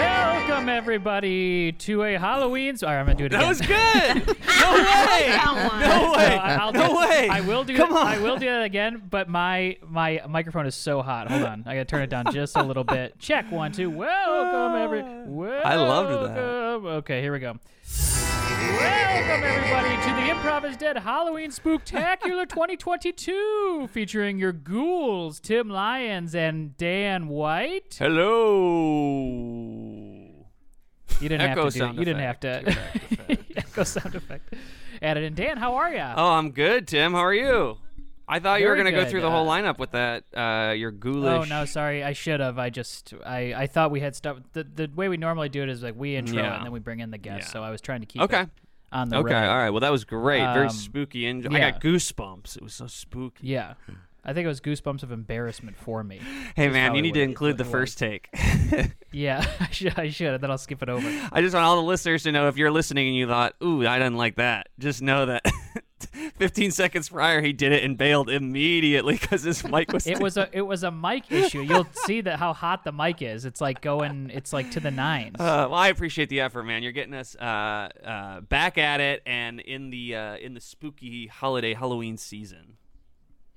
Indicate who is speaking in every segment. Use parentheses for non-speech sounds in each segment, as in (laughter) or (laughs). Speaker 1: Welcome everybody to a Halloween. Sorry, I'm gonna do it again. (laughs)
Speaker 2: That was
Speaker 3: (laughs)
Speaker 2: good. No way. No
Speaker 1: No,
Speaker 2: way.
Speaker 1: I- I'll
Speaker 2: no
Speaker 1: do-
Speaker 2: way.
Speaker 1: I will do.
Speaker 2: Come on.
Speaker 1: I will do that again. But my my microphone is so hot. Hold on. I gotta turn it down just a little
Speaker 2: (laughs)
Speaker 1: bit. Check one two. Welcome every.
Speaker 2: Ah. I loved that.
Speaker 1: welcome- Okay, here we go. Welcome everybody to the Improv is Dead Halloween
Speaker 2: (laughs)
Speaker 1: Spooktacular 2022, featuring your ghouls Tim Lyons and Dan White.
Speaker 2: Hello.
Speaker 1: You didn't
Speaker 2: Echo
Speaker 1: have to. Do,
Speaker 2: sound
Speaker 1: you didn't have
Speaker 2: effect.
Speaker 1: to. (laughs) Echo sound effect. Added in. Dan, how are ya?
Speaker 2: Oh, I'm good, Tim. How are you? I thought you were
Speaker 1: Very
Speaker 2: gonna
Speaker 1: good.
Speaker 2: go through the whole
Speaker 1: Uh,
Speaker 2: lineup with that. Uh, your
Speaker 1: Oh
Speaker 2: ghoulish.
Speaker 1: no, sorry. I should have. I just I I thought we had stuff. The the way we normally do it is like we intro
Speaker 2: Yeah.
Speaker 1: and then we bring in the guests.
Speaker 2: Yeah.
Speaker 1: So I was trying to keep
Speaker 2: Okay.
Speaker 1: it on the
Speaker 2: Okay.
Speaker 1: road.
Speaker 2: All right. Well, that was great. Very
Speaker 1: Um,
Speaker 2: spooky. And
Speaker 1: yeah.
Speaker 2: I got goosebumps. It was so spooky.
Speaker 1: Yeah. I think it was goosebumps of embarrassment for me.
Speaker 2: Hey,
Speaker 1: That's
Speaker 2: man,
Speaker 1: probably
Speaker 2: you need
Speaker 1: what
Speaker 2: to
Speaker 1: it-
Speaker 2: include the
Speaker 1: what it was.
Speaker 2: first take. (laughs)
Speaker 1: Yeah, (laughs) I should. I should. Then I'll skip it over. (laughs)
Speaker 2: I just want all the listeners to know if you're listening and you thought, ooh, I didn't like that, just know that (laughs) 15 seconds prior, he did it and bailed immediately because his mic was.
Speaker 1: It was a it was a mic issue. You'll see that how hot the mic is. It's like going. It's like to the nines.
Speaker 2: Uh, well, I appreciate the effort, man. You're getting us uh, uh, back at it and in the uh, in the spooky holiday Halloween season.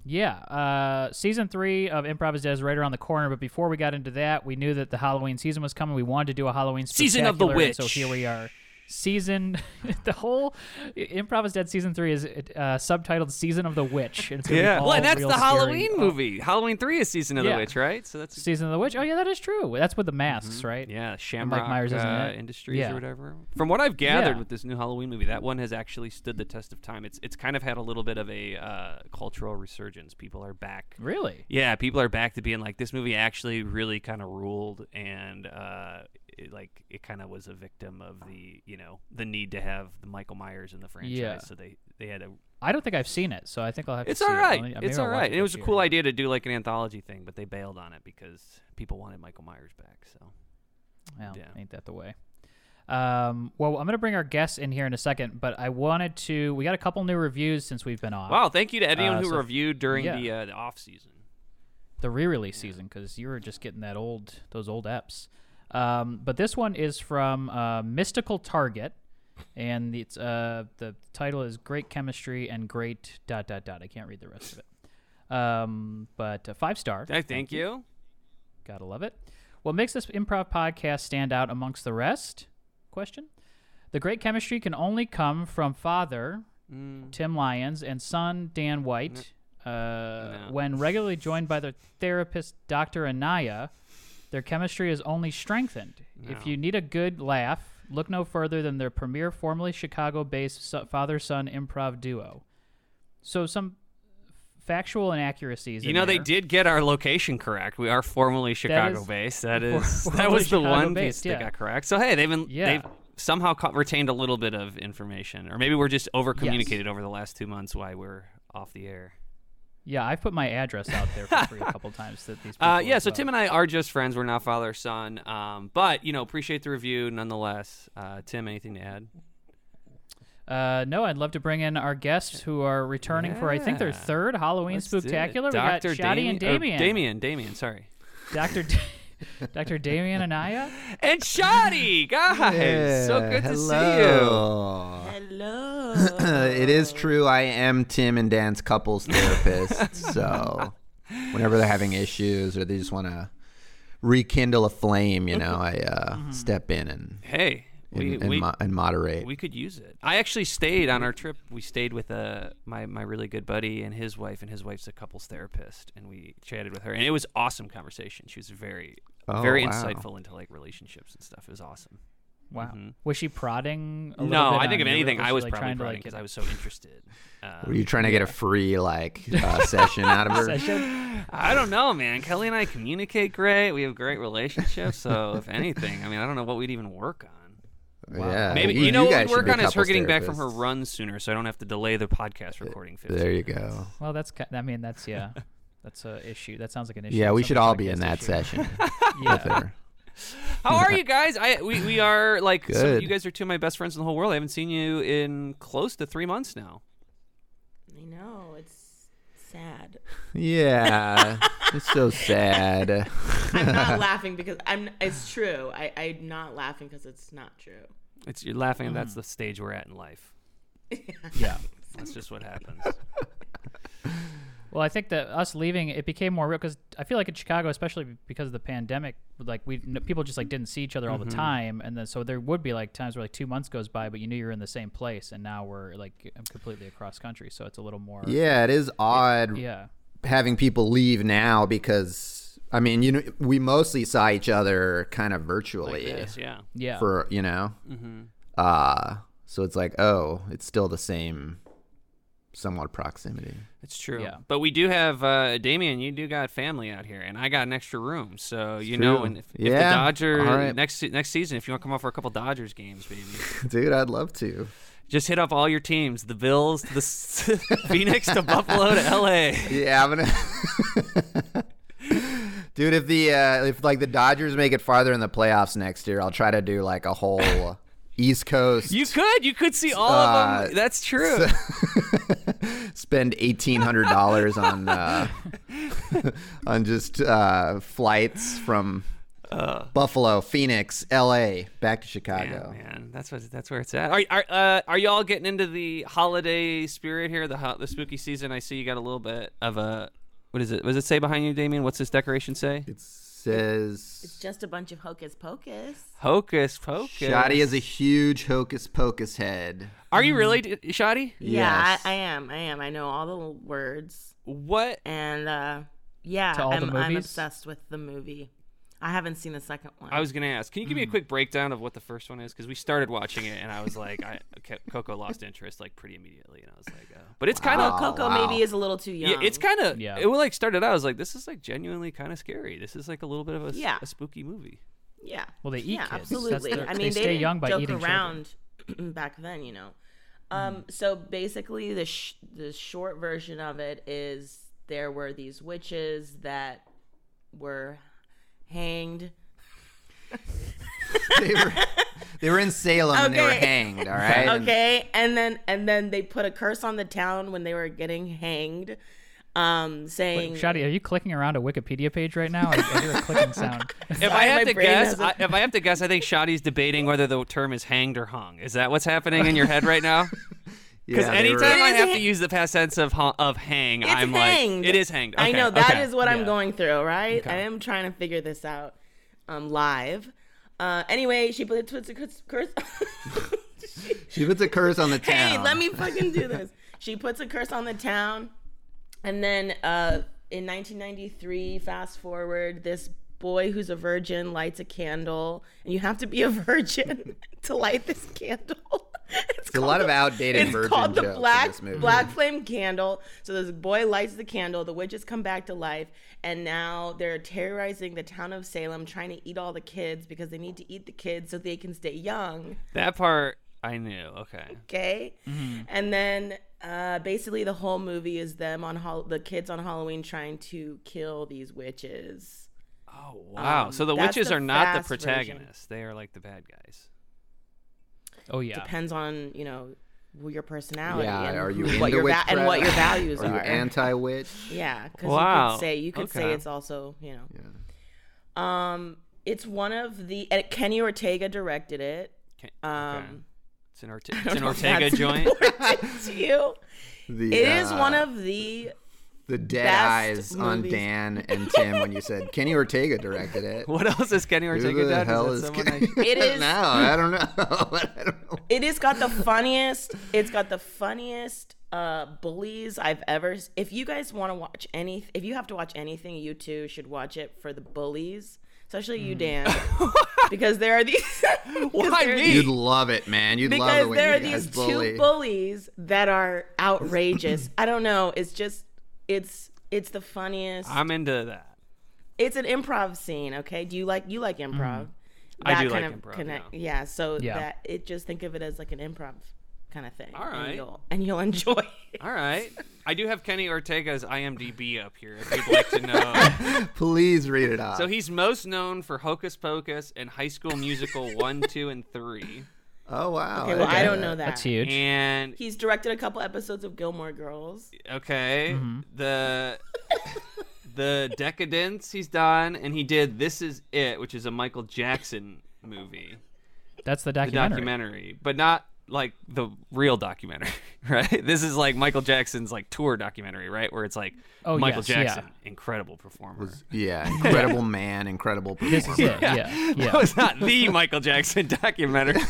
Speaker 1: Yeah, uh, season three of Improv is Dead is right around the corner. But before we got into that, we knew that the Halloween season was coming. We wanted to do a Halloween
Speaker 2: Season of the
Speaker 1: spectacular, and So
Speaker 2: witch.
Speaker 1: here we are. Season, (laughs) the whole Improv is Dead season three is uh, subtitled "Season of the Witch." And it's gonna be all
Speaker 2: well, and that's
Speaker 1: real
Speaker 2: the
Speaker 1: scary-
Speaker 2: Halloween
Speaker 1: oh,
Speaker 2: movie. Halloween three is season of
Speaker 1: Yeah.
Speaker 2: the witch, right? So that's
Speaker 1: season of the Witch. Oh yeah, that is true. That's with the masks, right?
Speaker 2: Mm-hmm. yeah, Shamrock
Speaker 1: Myers, isn't
Speaker 2: uh,
Speaker 1: it?
Speaker 2: Industries
Speaker 1: Yeah.
Speaker 2: or whatever. From what I've gathered
Speaker 1: Yeah.
Speaker 2: with this new Halloween movie, that one has actually stood the test of time. It's it's kind of had a little bit of a uh, cultural resurgence. People are back
Speaker 1: Really?
Speaker 2: Yeah, people are back to being like this movie actually really kind of ruled, and uh, it, like it kind of was a victim of the you know the need to have the Michael Myers in the franchise.
Speaker 1: Yeah.
Speaker 2: So they they had a.
Speaker 1: I don't think I've seen it, so I think I'll have
Speaker 2: It's
Speaker 1: to.
Speaker 2: all
Speaker 1: see it.
Speaker 2: right.
Speaker 1: I'll- maybe
Speaker 2: It's
Speaker 1: I'll
Speaker 2: all
Speaker 1: watch
Speaker 2: right. And it
Speaker 1: this
Speaker 2: was a
Speaker 1: year.
Speaker 2: cool idea to do like an anthology thing, but they bailed on it because people wanted Michael Myers back. So
Speaker 1: Well,
Speaker 2: Yeah.
Speaker 1: ain't that the way? Um, well, I'm gonna bring our guests in here in a second, but I wanted to. We got a couple new reviews since we've been off.
Speaker 2: wow, thank you to anyone
Speaker 1: Uh,
Speaker 2: who
Speaker 1: so-
Speaker 2: reviewed during
Speaker 1: yeah.
Speaker 2: the uh, the off season.
Speaker 1: the re-release season because you were just getting that old those old eps. Um, but this one is from uh, Mystical Target, and it's uh, the title is Great Chemistry and Great dot dot dot. I can't read the rest of it. Um, but uh, five star.
Speaker 2: I thank you.
Speaker 1: Gotta love it. What makes this improv podcast stand out amongst the rest? Question. The great chemistry can only come from father Tim Lyons and son Dan White. Uh,
Speaker 2: Mm. No.
Speaker 1: When regularly joined by their therapist Dr. Anaya, their chemistry is only strengthened. If
Speaker 2: No.
Speaker 1: you need a good laugh, look no further than their premier, formerly Chicago-based father-son improv duo. So some factual inaccuracies.
Speaker 2: You
Speaker 1: in
Speaker 2: know they
Speaker 1: there.
Speaker 2: did get our location correct. We are formerly Chicago based. That
Speaker 1: (laughs)
Speaker 2: is
Speaker 1: formerly
Speaker 2: that was the
Speaker 1: Chicago
Speaker 2: one
Speaker 1: based,
Speaker 2: piece
Speaker 1: yeah.
Speaker 2: that got correct. So hey, they've been,
Speaker 1: Yeah.
Speaker 2: they've somehow co- retained a little bit of information, or maybe we're just over communicated over the last two months why we're off the air.
Speaker 1: Yeah, I've put my address out there for free a
Speaker 2: (laughs)
Speaker 1: couple times. That these people
Speaker 2: Uh, yeah, so Tim and I are just friends. We're not father son, um, but you know appreciate the review nonetheless. Uh, Tim, anything to add?
Speaker 1: Uh, no, I'd love to bring in our guests who are returning for I think their
Speaker 2: Yeah.
Speaker 1: third Halloween
Speaker 2: Let's do it.
Speaker 1: spooktacular.
Speaker 2: Dr.
Speaker 1: We got Shadi and
Speaker 2: Dami- or
Speaker 1: Damien.
Speaker 2: Damien, Damien, sorry,
Speaker 1: Dr. D- (laughs) Dr. Damien Anaya.
Speaker 2: and Shadi, guys, so good to see you.
Speaker 4: see you. Hello. (laughs) it is true. I am Tim and Dan's
Speaker 2: (laughs)
Speaker 4: couples therapist. so whenever they're having issues or they just want to rekindle a flame, you know, I uh, step in and
Speaker 2: Hey,
Speaker 4: and,
Speaker 2: Mm-hmm. we,
Speaker 4: and,
Speaker 2: we,
Speaker 4: mo- and moderate.
Speaker 2: We could use it. I actually stayed on our trip. We stayed with uh, my my really good buddy and his wife, and his wife's a couples therapist, and we chatted with her, and it was awesome conversation. She was very,
Speaker 4: Oh,
Speaker 2: very
Speaker 4: wow.
Speaker 2: insightful into like relationships and stuff. It was awesome.
Speaker 1: Wow. Was she prodding? A little
Speaker 2: Mm-hmm. no,
Speaker 1: bit
Speaker 2: I
Speaker 1: on
Speaker 2: think if
Speaker 1: you?
Speaker 2: anything, I
Speaker 1: she,
Speaker 2: was
Speaker 1: like,
Speaker 2: probably
Speaker 1: trying to,
Speaker 2: crying
Speaker 1: like,
Speaker 2: because
Speaker 1: (laughs)
Speaker 2: I was so interested.
Speaker 4: Were
Speaker 2: Um,
Speaker 4: you trying to get a free like uh, session out
Speaker 2: (laughs)
Speaker 4: of her?
Speaker 1: (laughs) session.
Speaker 2: I don't know, man. Kelly and I communicate great. We have great relationships.
Speaker 4: (laughs)
Speaker 2: So if anything, I mean, I don't know what we'd even work on.
Speaker 4: Yeah,
Speaker 2: Maybe you, know what
Speaker 4: Uh, guys
Speaker 2: we'd
Speaker 4: should
Speaker 2: work
Speaker 4: be
Speaker 2: on is her
Speaker 4: couples
Speaker 2: getting back from her
Speaker 4: therapists.
Speaker 2: run sooner, so I don't have to delay the podcast recording. 15
Speaker 4: There you
Speaker 2: minutes.
Speaker 4: go.
Speaker 1: Well, that's. ki- I mean, that's yeah. That's a issue. That sounds like an issue.
Speaker 4: Yeah,
Speaker 1: in
Speaker 4: we
Speaker 1: some
Speaker 4: should all be
Speaker 1: podcast
Speaker 4: in that
Speaker 1: issue.
Speaker 4: session
Speaker 2: (laughs)
Speaker 4: with
Speaker 1: Yeah.
Speaker 4: her.
Speaker 2: How are
Speaker 4: (laughs)
Speaker 2: you guys? I we, we are like some-
Speaker 4: Good.
Speaker 2: you guys are two of my best friends in the whole world. I haven't seen you in close to three months now.
Speaker 3: I know it's sad.
Speaker 4: Yeah. It's so sad.
Speaker 2: (laughs)
Speaker 3: I'm (laughs) not laughing because I'm. It's true. I, I'm not laughing because it's not true. (laughs)
Speaker 2: It's you're laughing. and
Speaker 4: Mm.
Speaker 2: That's the stage we're at in life.
Speaker 1: Yeah.
Speaker 2: That's just what
Speaker 4: (laughs)
Speaker 2: happens.
Speaker 1: Well, I think that us leaving it became more real because I feel like in Chicago, especially because of the pandemic, like we n- people just like didn't see each other all
Speaker 4: Mm-hmm.
Speaker 1: the time, and then so there would be like times where like two months goes by, but you knew you were in the same place, and now we're like um, completely across country, so it's a little more
Speaker 4: yeah, it is odd
Speaker 1: yeah.
Speaker 4: having people leave now because I mean, you know, we mostly saw each other kind of virtually
Speaker 2: Yes, yeah.
Speaker 1: Yeah. Mm-hmm.
Speaker 4: for you know, uh, so it's like oh, it's still the same, somewhat proximity. (laughs)
Speaker 2: It's true.
Speaker 1: Yeah.
Speaker 2: But we do have uh Damien, you do got family out here and I got an extra room. So you know
Speaker 4: true.
Speaker 2: and if, if the
Speaker 4: Yeah,
Speaker 2: Dodger
Speaker 4: all right.
Speaker 2: next se- next season if you want to come out for a couple Dodgers games, baby.
Speaker 4: Dude, I'd love to.
Speaker 2: just hit up all your teams, the Bills, the S- (laughs) Phoenix to Buffalo to LA.
Speaker 4: Yeah, I'm gonna. (laughs) Dude, if the uh, if like the Dodgers make it farther in the playoffs next year, I'll try to do like
Speaker 1: (laughs)
Speaker 4: a whole East Coast.
Speaker 2: You could, you could see all of
Speaker 4: Uh,
Speaker 2: them. That's true.
Speaker 4: spend eighteen hundred dollars on uh, on just uh, flights from Buffalo, Phoenix, L.A. back to
Speaker 2: Yeah,
Speaker 4: Chicago.
Speaker 2: man, that's what that's where it's at. Are are uh, are y'all getting into the holiday spirit here? The ho- the spooky season. I see you got a little bit of a what is it? What does it say behind you, Damien? What's this decoration say?
Speaker 4: It says
Speaker 3: It's just a bunch of hocus pocus.
Speaker 2: Hocus pocus.
Speaker 4: Shoddy is a huge hocus pocus head.
Speaker 2: Are you really d- shoddy?
Speaker 3: Yeah,
Speaker 4: Yes.
Speaker 3: I, I am. I am. I know all the little words,
Speaker 2: What?
Speaker 3: and uh, yeah,
Speaker 1: To all the
Speaker 3: I'm, I'm
Speaker 1: movies?
Speaker 3: obsessed with the movie. I haven't seen the second one.
Speaker 2: I was gonna ask. Can you give
Speaker 4: Hmm.
Speaker 2: me a quick breakdown of what the first one is? Because we started watching it, and I was like, I kept, Coco lost interest like pretty immediately, and I was like, oh. but it's kind of
Speaker 3: Well, Coco
Speaker 4: wow.
Speaker 3: maybe is a little too young.
Speaker 2: Yeah, it's kind of.
Speaker 1: Yeah.
Speaker 2: Yeah. It like started out. I was like, this is like genuinely kind of scary. This is like a little bit of a, s-
Speaker 3: Yeah.
Speaker 2: a spooky movie.
Speaker 3: Yeah.
Speaker 1: Well, they eat
Speaker 3: yeah,
Speaker 1: kids. That's
Speaker 3: Absolutely.
Speaker 1: their-
Speaker 3: I
Speaker 1: they
Speaker 3: mean,
Speaker 1: stay
Speaker 3: didn't
Speaker 1: young by
Speaker 3: joke
Speaker 1: eating children.
Speaker 3: around (clears throat) back then, you know. Um, So basically, the sh- the short version of it is there were these witches that were hanged.
Speaker 4: they, were, they were in Salem and they were
Speaker 3: Okay.
Speaker 4: hanged. All right.
Speaker 3: (laughs)
Speaker 4: And
Speaker 3: Okay, and then and then they put a curse on the town when they were getting hanged, um, saying
Speaker 1: Shadi, are you clicking around a Wikipedia page right now? I, I hear a clicking sound.
Speaker 2: If I
Speaker 3: my
Speaker 2: have to
Speaker 3: brain
Speaker 2: guess, I,
Speaker 3: hasn't-
Speaker 2: if I have to guess, I think Shotty's debating whether the term is hanged or hung. Is that what's happening in your head right now? Because
Speaker 4: (laughs) Yeah, they were-
Speaker 2: anytime I
Speaker 3: It is
Speaker 2: have
Speaker 3: ha-
Speaker 2: to use the past tense of hung, of hang,
Speaker 3: it's
Speaker 2: I'm
Speaker 3: hanged.
Speaker 2: like, it is hanged.
Speaker 3: I
Speaker 2: Okay,
Speaker 3: know that is
Speaker 2: okay.
Speaker 3: what I'm
Speaker 1: Yeah.
Speaker 3: going through, right? I am trying to figure this out, um, live. Uh, anyway, she put puts a curse. curse. (laughs)
Speaker 4: she puts a curse on the town.
Speaker 3: hey, let me fucking do
Speaker 4: (laughs)
Speaker 3: this. she puts a curse on the town, and then uh, in 1993, fast forward, this boy who's a virgin lights a candle, and you have to be a (laughs) virgin to light this candle. (laughs) It's
Speaker 4: a lot
Speaker 3: called
Speaker 4: of outdated
Speaker 3: It's
Speaker 4: virgin
Speaker 3: called
Speaker 4: jokes
Speaker 3: the
Speaker 4: in
Speaker 3: black
Speaker 4: this movie.
Speaker 3: black flame candle. So this boy lights the candle. The witches come back to life, and now they're terrorizing the town of Salem, trying to eat all the kids because they need to eat the kids so they can stay young.
Speaker 2: That part I knew. Okay.
Speaker 3: okay
Speaker 2: Mm-hmm.
Speaker 3: and then uh, basically the whole movie is them on hol- the kids on halloween trying to kill these witches
Speaker 2: Oh wow. so the
Speaker 3: that's
Speaker 2: witches
Speaker 3: the
Speaker 2: are not the
Speaker 3: fast version.
Speaker 2: protagonists. They are like the bad guys.
Speaker 1: Oh yeah.
Speaker 3: depends on you know wh- your personality
Speaker 4: Yeah,
Speaker 3: and,
Speaker 4: are you
Speaker 3: who-
Speaker 4: into
Speaker 3: what your va- and what your
Speaker 4: witchcraft?
Speaker 3: values
Speaker 4: Are you anti witch?
Speaker 3: yeah because you
Speaker 2: Wow,
Speaker 3: could say you could say
Speaker 2: okay.
Speaker 3: it's also you know um it's one of the and kenny ortega directed it
Speaker 2: Okay.
Speaker 3: um
Speaker 2: okay. It's an, Orte- it's
Speaker 3: (laughs) I
Speaker 2: an
Speaker 3: don't know if
Speaker 2: Ortega
Speaker 3: that's
Speaker 2: joint.
Speaker 3: important to
Speaker 4: (laughs)
Speaker 3: you
Speaker 4: The,
Speaker 3: It is
Speaker 4: uh,
Speaker 3: one of the
Speaker 4: the dead
Speaker 3: best
Speaker 4: eyes on
Speaker 3: movies.
Speaker 4: Dan
Speaker 3: (laughs)
Speaker 4: and Tim when you said Kenny Ortega directed
Speaker 2: (laughs)
Speaker 4: it.
Speaker 2: What else is Kenny Ortega
Speaker 4: Who the
Speaker 2: done?
Speaker 4: hell
Speaker 2: is
Speaker 4: is
Speaker 2: that
Speaker 4: Kenny? (laughs)
Speaker 2: someone I-
Speaker 3: It is-
Speaker 4: no, I don't know. (laughs) I don't know.
Speaker 3: It has got the funniest. it's got the funniest uh bullies I've ever. s- If you guys want to watch any, if you have to watch anything, you two should watch it for the bullies, especially you,
Speaker 4: (laughs)
Speaker 3: Dan, because there are these. (laughs) 'cause
Speaker 2: Why
Speaker 3: there are
Speaker 2: me?
Speaker 3: these-
Speaker 4: You'd Mm. love it, man. You'd love it
Speaker 3: Because
Speaker 4: when
Speaker 3: there are
Speaker 4: you guys
Speaker 3: these
Speaker 4: bully.
Speaker 3: two bullies that are outrageous. I don't know. It's just, it's, it's the funniest.
Speaker 2: (laughs) I'm into that.
Speaker 3: it's an improv scene. Okay, do you like you like improv?
Speaker 2: Mm-hmm. I do like improv, yeah.
Speaker 3: yeah. so
Speaker 1: Yeah.
Speaker 3: that it just think of it as like an improv kind of thing.
Speaker 2: All
Speaker 3: and
Speaker 2: right.
Speaker 3: you'll, and you'll (laughs) enjoy. It.
Speaker 2: All right. I do have Kenny Ortega's IMDb up here if you'd like to
Speaker 4: (laughs)
Speaker 2: know.
Speaker 4: (laughs) Please read it off.
Speaker 2: so he's most known for Hocus Pocus and High
Speaker 1: (laughs)
Speaker 2: School Musical 1, 2, and 3.
Speaker 4: oh wow.
Speaker 3: Okay, well, I don't know that.
Speaker 1: That's huge.
Speaker 2: And,
Speaker 3: He's
Speaker 1: Mm-hmm.
Speaker 3: directed a couple episodes of Gilmore Girls.
Speaker 2: okay, the the Decadence he's done, and he did This Is It, which is a Michael Jackson movie,
Speaker 1: That's the
Speaker 2: the
Speaker 1: documentary.
Speaker 2: documentary, but not like the real documentary, (laughs) right? This is like Michael Jackson's like tour documentary, right? Where it's like
Speaker 1: Oh,
Speaker 2: Michael
Speaker 1: yes, yeah.
Speaker 2: Jackson, incredible performer.
Speaker 3: (laughs)
Speaker 4: Yeah, incredible man, incredible
Speaker 1: (laughs) This is
Speaker 4: performer.
Speaker 1: it. Yeah, yeah.
Speaker 2: (laughs) That was not the Michael Jackson (laughs) documentary.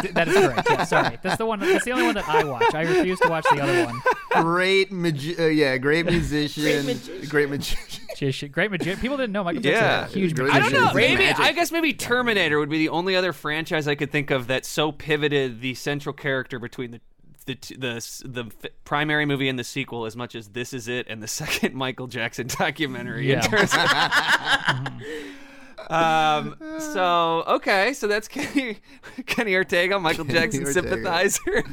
Speaker 1: Th- that is correct. Yeah, sorry, that's the one. That's the only one that I watch. I refuse to watch the other one.
Speaker 4: Great, magi- uh, yeah, great musician,
Speaker 3: magician.
Speaker 4: great magician. (laughs)
Speaker 1: Just- great magician. People didn't know Michael Jackson
Speaker 2: Yeah.
Speaker 1: was a huge
Speaker 4: Great
Speaker 2: I
Speaker 1: magician.
Speaker 2: don't
Speaker 4: It's
Speaker 2: know.
Speaker 4: just
Speaker 2: Maybe
Speaker 4: magic.
Speaker 2: I guess maybe Terminator would be the only other franchise I could think of that so pivoted the central character between the the t- the s- the f- primary movie and the sequel as much as This Is It and the (laughs) second Michael Jackson documentary.
Speaker 1: Yeah.
Speaker 2: In terms of- um. So okay. So that's Kenny (laughs) Kenny Ortega, Michael Jackson
Speaker 4: Ortega.
Speaker 2: sympathizer.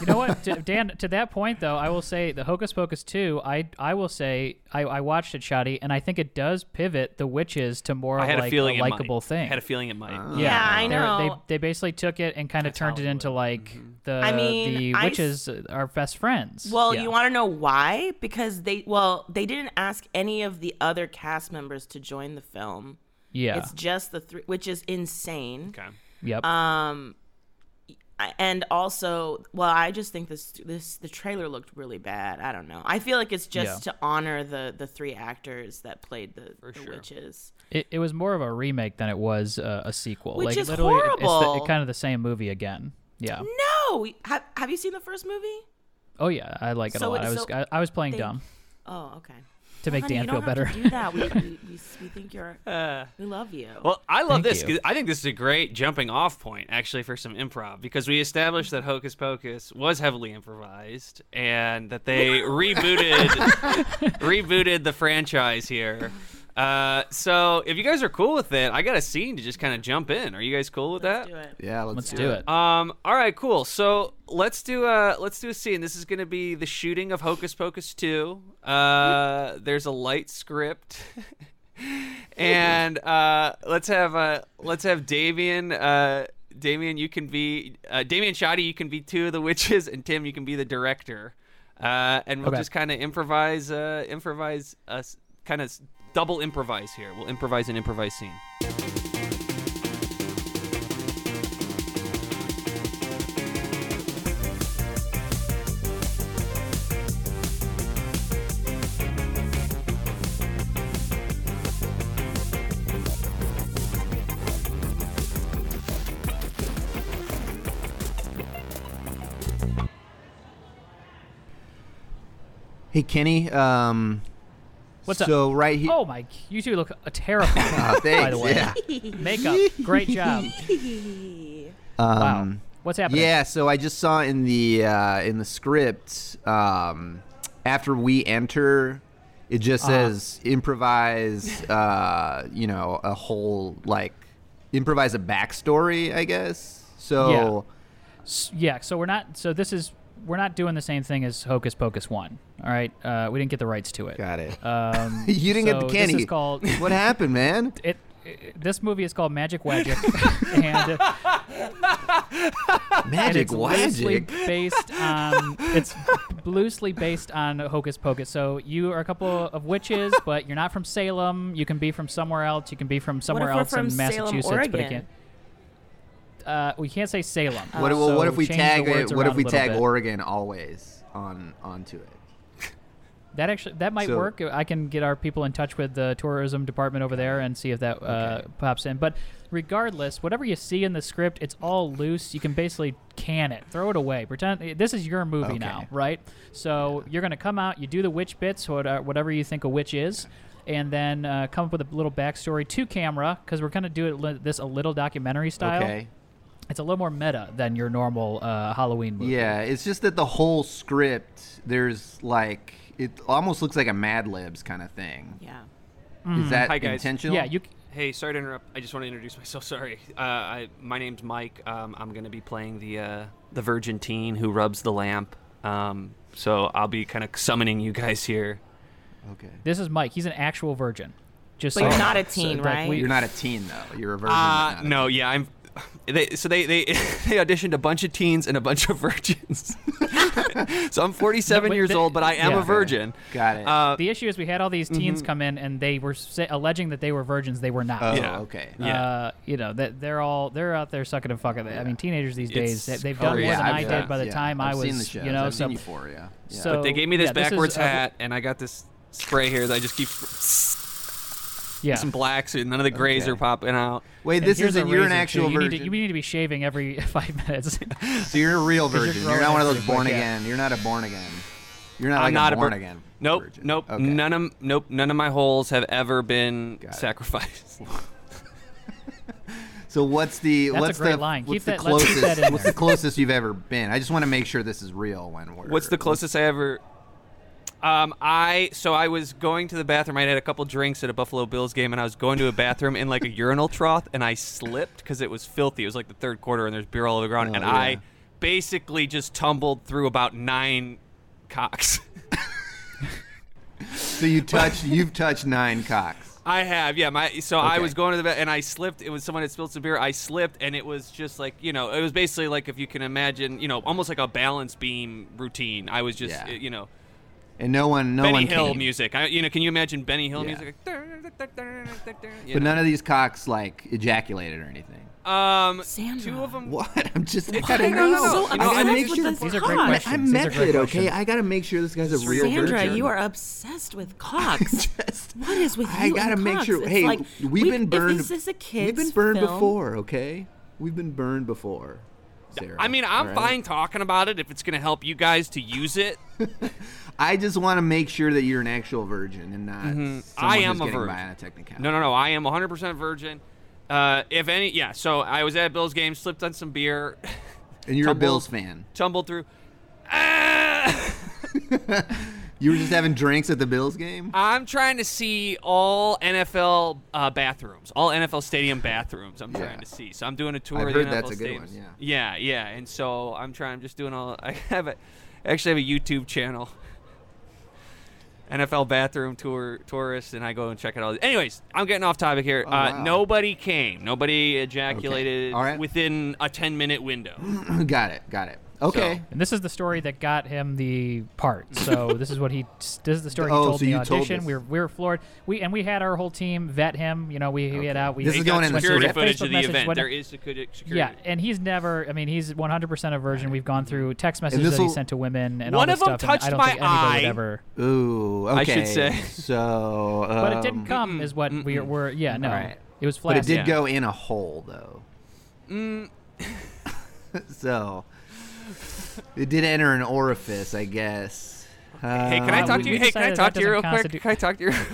Speaker 1: You know what, to, Dan? To that point, though, I will say the Hocus Pocus two. I I will say I, I watched it, Shoddy, and I think it does pivot the witches to more
Speaker 2: I
Speaker 1: of
Speaker 2: had
Speaker 1: like
Speaker 2: a feeling it might.
Speaker 1: likable thing.
Speaker 2: I had a feeling it might.
Speaker 4: Oh.
Speaker 1: yeah,
Speaker 3: Yeah, I
Speaker 1: They were-
Speaker 3: know.
Speaker 1: They, they basically took it and kind of turned it into like
Speaker 2: Mm-hmm.
Speaker 1: the
Speaker 3: I mean,
Speaker 1: the
Speaker 3: I s-
Speaker 1: witches are best friends.
Speaker 3: Well,
Speaker 1: Yeah.
Speaker 3: you want to know why? Because they well, they didn't ask any of the other cast members to join the film.
Speaker 1: yeah,
Speaker 3: It's um, just the three, which is insane.
Speaker 2: Okay.
Speaker 1: yep.
Speaker 3: I- and also well i just think this this the trailer looked really bad i don't know i feel like it's just
Speaker 1: Yeah.
Speaker 3: to honor the the three actors that played the, the
Speaker 2: sure.
Speaker 3: witches
Speaker 1: it, it was more of a remake than it was uh, a sequel.
Speaker 3: Which
Speaker 1: like
Speaker 3: is
Speaker 1: literally, it's
Speaker 3: horrible.
Speaker 1: the, kind of the same movie again. Yeah.
Speaker 3: no have, have you seen the first movie
Speaker 1: Oh yeah, I like it a
Speaker 3: So
Speaker 1: lot.
Speaker 3: it-
Speaker 1: I was
Speaker 3: so
Speaker 1: I, I was playing
Speaker 3: they-
Speaker 1: dumb
Speaker 3: oh okay
Speaker 1: to make
Speaker 3: Honey,
Speaker 1: Dan
Speaker 3: you don't
Speaker 1: feel
Speaker 3: have
Speaker 1: better.
Speaker 3: to do that we, we, we, we think you're we love you
Speaker 2: Well, I love
Speaker 1: Thank
Speaker 2: this
Speaker 1: you.
Speaker 2: 'cause I think this is a great jumping off point actually for some improv because we established that Hocus Pocus was heavily improvised and that they rebooted rebooted the franchise here. Uh, so if you guys are cool with it, I got a scene to just kind of jump in. Are you guys cool with that?
Speaker 3: do it
Speaker 4: Yeah,
Speaker 1: (laughs)
Speaker 4: let's,
Speaker 1: Let's do it.
Speaker 2: Um. All right. Cool. So let's do a let's do a scene. This is going to be the shooting of Hocus Pocus two. Uh, there's a light script, (laughs) and uh, let's have uh, let's have Damien. Uh, Damien, you can be uh, Damien Shoddy. You can be two of the witches, and Tim, you can be the director. Uh, and we'll
Speaker 1: Okay.
Speaker 2: just kind of improvise, uh, improvise us, kind of double improvise here. We'll improvise an improvise scene.
Speaker 4: Hey Kenny, um,
Speaker 1: What's up?
Speaker 4: so right here.
Speaker 1: Oh my! You two look uh,
Speaker 4: (laughs)
Speaker 1: terrifying.
Speaker 4: Ah, thanks.
Speaker 1: (laughs) by the way,
Speaker 3: (laughs)
Speaker 4: Yeah.
Speaker 1: makeup, great
Speaker 4: (laughs)
Speaker 1: job. Wow.
Speaker 4: Um,
Speaker 1: What's happening?
Speaker 4: Yeah, so I just saw in the uh, in the script um, after we enter, it just
Speaker 1: Uh-huh.
Speaker 4: says improvise. Uh, you know, a whole like improvise a backstory, I guess. So
Speaker 1: S- yeah. So we're not. So this is we're not doing the same thing as Hocus Pocus one. All right. Uh, we didn't get the rights to it.
Speaker 4: got it.
Speaker 1: Um,
Speaker 4: (laughs) you didn't
Speaker 1: so
Speaker 4: get the
Speaker 1: This
Speaker 4: candy.
Speaker 1: is called
Speaker 4: (laughs) what happened, man?
Speaker 1: it. it- This movie is called Magic
Speaker 4: (laughs)
Speaker 1: Wagic, and, (laughs) and
Speaker 4: Magic
Speaker 1: it's loosely
Speaker 4: Wagic.
Speaker 1: based on it's loosely based on Hocus Pocus. So you are a couple of witches, but you're not from Salem. You can be from somewhere else. You can be from somewhere
Speaker 3: if we're
Speaker 1: else
Speaker 3: from
Speaker 1: in
Speaker 3: Salem,
Speaker 1: Massachusetts, but it
Speaker 3: Oregon?
Speaker 1: can't. Uh, we can't say Salem.
Speaker 4: What, well,
Speaker 1: so
Speaker 4: what if we
Speaker 1: change the
Speaker 4: tag it?
Speaker 1: words
Speaker 4: What
Speaker 1: around
Speaker 4: if we
Speaker 1: a little
Speaker 4: tag
Speaker 1: bit.
Speaker 4: Oregon always on onto it?
Speaker 1: That actually that might
Speaker 4: So-
Speaker 1: work. I can get our people in touch with the tourism department over there and see if that uh, pops in. But regardless, whatever you see in the script, it's all loose. You can basically can it, throw it away. Pretend this is your movie
Speaker 4: Okay.
Speaker 1: now, right? So you're gonna come out, you do the witch bits, what- uh, whatever you think a witch is, and then uh, come up with a little backstory to camera because we're gonna do it li- this a little documentary style.
Speaker 4: Okay.
Speaker 1: It's a little more meta than your normal uh, Halloween movie.
Speaker 4: Yeah, it's just that the whole script, there's like it almost looks like a Mad Libs kind of thing.
Speaker 3: (laughs) yeah
Speaker 4: Is that
Speaker 2: Hi, guys.
Speaker 4: intentional?
Speaker 1: Mm-hmm. Yeah, you. c-
Speaker 2: Hey, sorry to interrupt. I just want to introduce myself. (laughs) Sorry. Uh, I, my name's Mike. Um, I'm going to be playing the uh, the virgin teen who rubs the lamp. Um, so I'll be kind of summoning you guys here.
Speaker 4: okay.
Speaker 1: This is Mike. He's an actual virgin. Just
Speaker 3: But
Speaker 1: so
Speaker 3: you're
Speaker 1: you
Speaker 3: not
Speaker 1: know.
Speaker 3: a teen,
Speaker 1: like,
Speaker 3: right?
Speaker 1: we-
Speaker 4: You're not a teen though. You're a virgin. but
Speaker 2: Uh,
Speaker 4: not a
Speaker 2: no,
Speaker 4: teen.
Speaker 2: yeah, I'm. (laughs) they so they they (laughs) they auditioned a bunch of teens and a bunch of (laughs) virgins. so I'm 47
Speaker 1: No, wait,
Speaker 2: years
Speaker 1: they-
Speaker 2: old, but I am
Speaker 1: yeah.
Speaker 2: a virgin.
Speaker 4: Got it.
Speaker 2: Uh,
Speaker 1: The issue is we had all
Speaker 3: Mm-hmm.
Speaker 1: these teens come in and they were sa- alleging that they were virgins. They were not.
Speaker 4: oh,
Speaker 2: yeah.
Speaker 4: okay.
Speaker 2: yeah.
Speaker 1: Uh, you know that they're all they're out there sucking and fucking. I mean, teenagers these days
Speaker 2: It's
Speaker 1: they, have done more
Speaker 2: crazy.
Speaker 1: than
Speaker 2: Yeah,
Speaker 1: I
Speaker 2: I've
Speaker 1: did by the
Speaker 4: oh, yeah,
Speaker 1: time I
Speaker 4: I've
Speaker 1: was,
Speaker 4: seen the shows.
Speaker 1: you know,
Speaker 4: I've
Speaker 1: so,
Speaker 4: seen Euphoria. Yeah.
Speaker 1: so
Speaker 2: they gave me this
Speaker 1: yeah, is,
Speaker 2: backwards
Speaker 1: uh,
Speaker 2: hat, and I got this spray here that I just keep
Speaker 1: Yeah.
Speaker 2: some blacks, and none of the grays
Speaker 4: Okay.
Speaker 2: are popping out.
Speaker 4: Wait,
Speaker 1: And
Speaker 4: this
Speaker 1: here's
Speaker 4: isn't.
Speaker 1: a
Speaker 4: You're an
Speaker 1: razor, too.
Speaker 4: actual
Speaker 1: you
Speaker 4: virgin.
Speaker 1: Need to, you need to be shaving every (laughs) five minutes.
Speaker 4: so you're a
Speaker 1: (laughs)
Speaker 4: real
Speaker 1: you're
Speaker 4: virgin. You're,
Speaker 1: growing
Speaker 4: not one of
Speaker 1: up pretty
Speaker 4: those
Speaker 1: quick,
Speaker 4: born
Speaker 1: yeah.
Speaker 4: again. You're not a born again. You're not
Speaker 2: I'm
Speaker 4: like
Speaker 2: not a
Speaker 4: a
Speaker 2: bir-
Speaker 4: born again.
Speaker 2: Nope,
Speaker 4: virgin.
Speaker 2: nope,
Speaker 4: Okay.
Speaker 2: none of nope, none of my holes have ever been
Speaker 4: Got it. (laughs)
Speaker 2: sacrificed. (laughs)
Speaker 4: So what's the
Speaker 1: That's a
Speaker 4: what's
Speaker 1: great
Speaker 4: the
Speaker 1: line. Keep
Speaker 4: what's the
Speaker 1: that- let's
Speaker 4: closest
Speaker 1: keep that in
Speaker 4: what's
Speaker 1: there.
Speaker 4: the closest you've ever been? I just want to make sure this is real when we're.
Speaker 2: What's the closest I ever? Um, I so I was going to the bathroom. I had a couple drinks at a Buffalo Bills game, and I was going to a bathroom in like a
Speaker 4: (laughs)
Speaker 2: urinal trough, and I slipped because it was filthy. It was like the third quarter, and there's beer all over the ground,
Speaker 4: Oh,
Speaker 2: and
Speaker 4: yeah.
Speaker 2: I basically just tumbled through about nine cocks. (laughs)
Speaker 4: So you touched you've touched nine cocks.
Speaker 2: I have, yeah. My so I
Speaker 4: Okay.
Speaker 2: was going to the vet and I slipped. It was someone had spilled some beer. I slipped and it was just like you know, it was basically like if you can imagine, you know, almost like a balance beam routine. I was just
Speaker 4: Yeah.
Speaker 2: you know
Speaker 4: And no one, no
Speaker 2: Benny
Speaker 4: one
Speaker 2: Hill
Speaker 4: came.
Speaker 2: music. I, you know, can you imagine Benny Hill
Speaker 4: Yeah.
Speaker 2: music?
Speaker 4: But none of these cocks like ejaculated or anything.
Speaker 2: of um,
Speaker 3: Sandra.
Speaker 2: two of them.
Speaker 4: What? (laughs) I'm just. I
Speaker 2: I
Speaker 4: gotta
Speaker 2: know,
Speaker 4: know.
Speaker 2: so
Speaker 4: I gotta
Speaker 2: obsessed
Speaker 4: make
Speaker 2: with
Speaker 4: sure.
Speaker 3: this
Speaker 1: These are great
Speaker 3: cock.
Speaker 1: questions.
Speaker 4: I'm
Speaker 1: These are great
Speaker 4: method, okay?
Speaker 1: questions.
Speaker 4: I gotta make sure this guy's a real
Speaker 3: Sandra,
Speaker 4: virgin.
Speaker 3: you are obsessed with cocks.
Speaker 4: (laughs) Just-
Speaker 3: What is with
Speaker 4: I
Speaker 3: you
Speaker 4: gotta
Speaker 3: and
Speaker 4: make
Speaker 3: cocks?
Speaker 4: sure.
Speaker 3: It's
Speaker 4: hey,
Speaker 3: like,
Speaker 4: we've
Speaker 3: we-
Speaker 4: been
Speaker 3: if
Speaker 4: burned.
Speaker 3: this is a
Speaker 4: we've been
Speaker 3: kid's
Speaker 4: burned
Speaker 3: film-
Speaker 4: before, okay? We've been burned before. Sarah,
Speaker 2: I mean, I'm
Speaker 4: all right?
Speaker 2: fine talking about it if it's gonna help you guys to use it.
Speaker 4: I just want to make sure that you're an actual virgin and not. someone
Speaker 2: Mm-hmm. I am
Speaker 4: who's
Speaker 2: a
Speaker 4: getting
Speaker 2: virgin.
Speaker 4: By on a technicality.
Speaker 2: No, no, no. I am 100% virgin. Uh, if any, yeah. So I was at Bill's game, slipped on some beer, (laughs)
Speaker 4: And you're
Speaker 2: Tumble-
Speaker 4: a Bills fan.
Speaker 2: tumbled through. Ah!
Speaker 4: You were just having drinks at the Bills game.
Speaker 2: I'm trying to see all NFL uh, bathrooms, all NFL stadium bathrooms. I'm
Speaker 4: (laughs) Yeah.
Speaker 2: trying to see. So I'm doing a tour
Speaker 4: I've
Speaker 2: of
Speaker 4: heard
Speaker 2: the NFL
Speaker 4: that's a good
Speaker 2: stadiums.
Speaker 4: one,
Speaker 2: yeah, yeah. And so I'm trying. I'm just doing all. (laughs) I have a, I actually have a YouTube channel. (laughs) NFL bathroom tour tourist, and I go and check it out. Anyways, I'm getting off topic here.
Speaker 4: Oh,
Speaker 2: uh,
Speaker 4: wow.
Speaker 2: Nobody came. Nobody ejaculated
Speaker 4: All right.
Speaker 2: within a 10 minute window.
Speaker 4: (clears throat) got it. Got it. Okay.
Speaker 1: And this is the story that got him the part. So
Speaker 4: (laughs)
Speaker 1: this is what he. This is the story he
Speaker 4: Oh,
Speaker 1: told
Speaker 4: so
Speaker 1: in the
Speaker 4: you told
Speaker 1: audition.
Speaker 4: this.
Speaker 1: we were we were floored. We and we had our whole team vet him. You know, we, we had out. We
Speaker 4: This
Speaker 2: They
Speaker 4: is
Speaker 1: we
Speaker 2: got
Speaker 4: going in the
Speaker 2: security
Speaker 4: script.
Speaker 2: footage of
Speaker 1: Facebook
Speaker 2: the
Speaker 1: message,
Speaker 2: event.
Speaker 1: what-
Speaker 2: There is secu- security.
Speaker 1: Yeah, and he's never. I mean, he's 100% a virgin. We've gone through text messages that
Speaker 4: this'll-
Speaker 1: he sent to women and all
Speaker 2: One
Speaker 1: this
Speaker 2: of 'em
Speaker 1: stuff. and
Speaker 2: touched
Speaker 1: I don't
Speaker 2: my
Speaker 1: think anybody would
Speaker 2: eye.
Speaker 1: ever.
Speaker 4: Ooh. Okay.
Speaker 2: I should say.
Speaker 4: (laughs)
Speaker 2: (laughs)
Speaker 4: So. Um,
Speaker 1: But it didn't come, is what we were. Yeah, no,
Speaker 4: Alright.
Speaker 1: it was
Speaker 4: But
Speaker 1: flash.
Speaker 4: it did
Speaker 2: yeah.
Speaker 4: go in a hole though. Mm. (laughs) so. It did enter an orifice, I guess.
Speaker 2: Hey, can I
Speaker 1: Uh,
Speaker 2: talk
Speaker 1: we-
Speaker 2: to
Speaker 1: we
Speaker 2: you? Hey, can I
Speaker 1: decided
Speaker 2: talk
Speaker 1: that
Speaker 2: to you real
Speaker 1: doesn't constitute-
Speaker 2: quick? Can I talk to you? (laughs)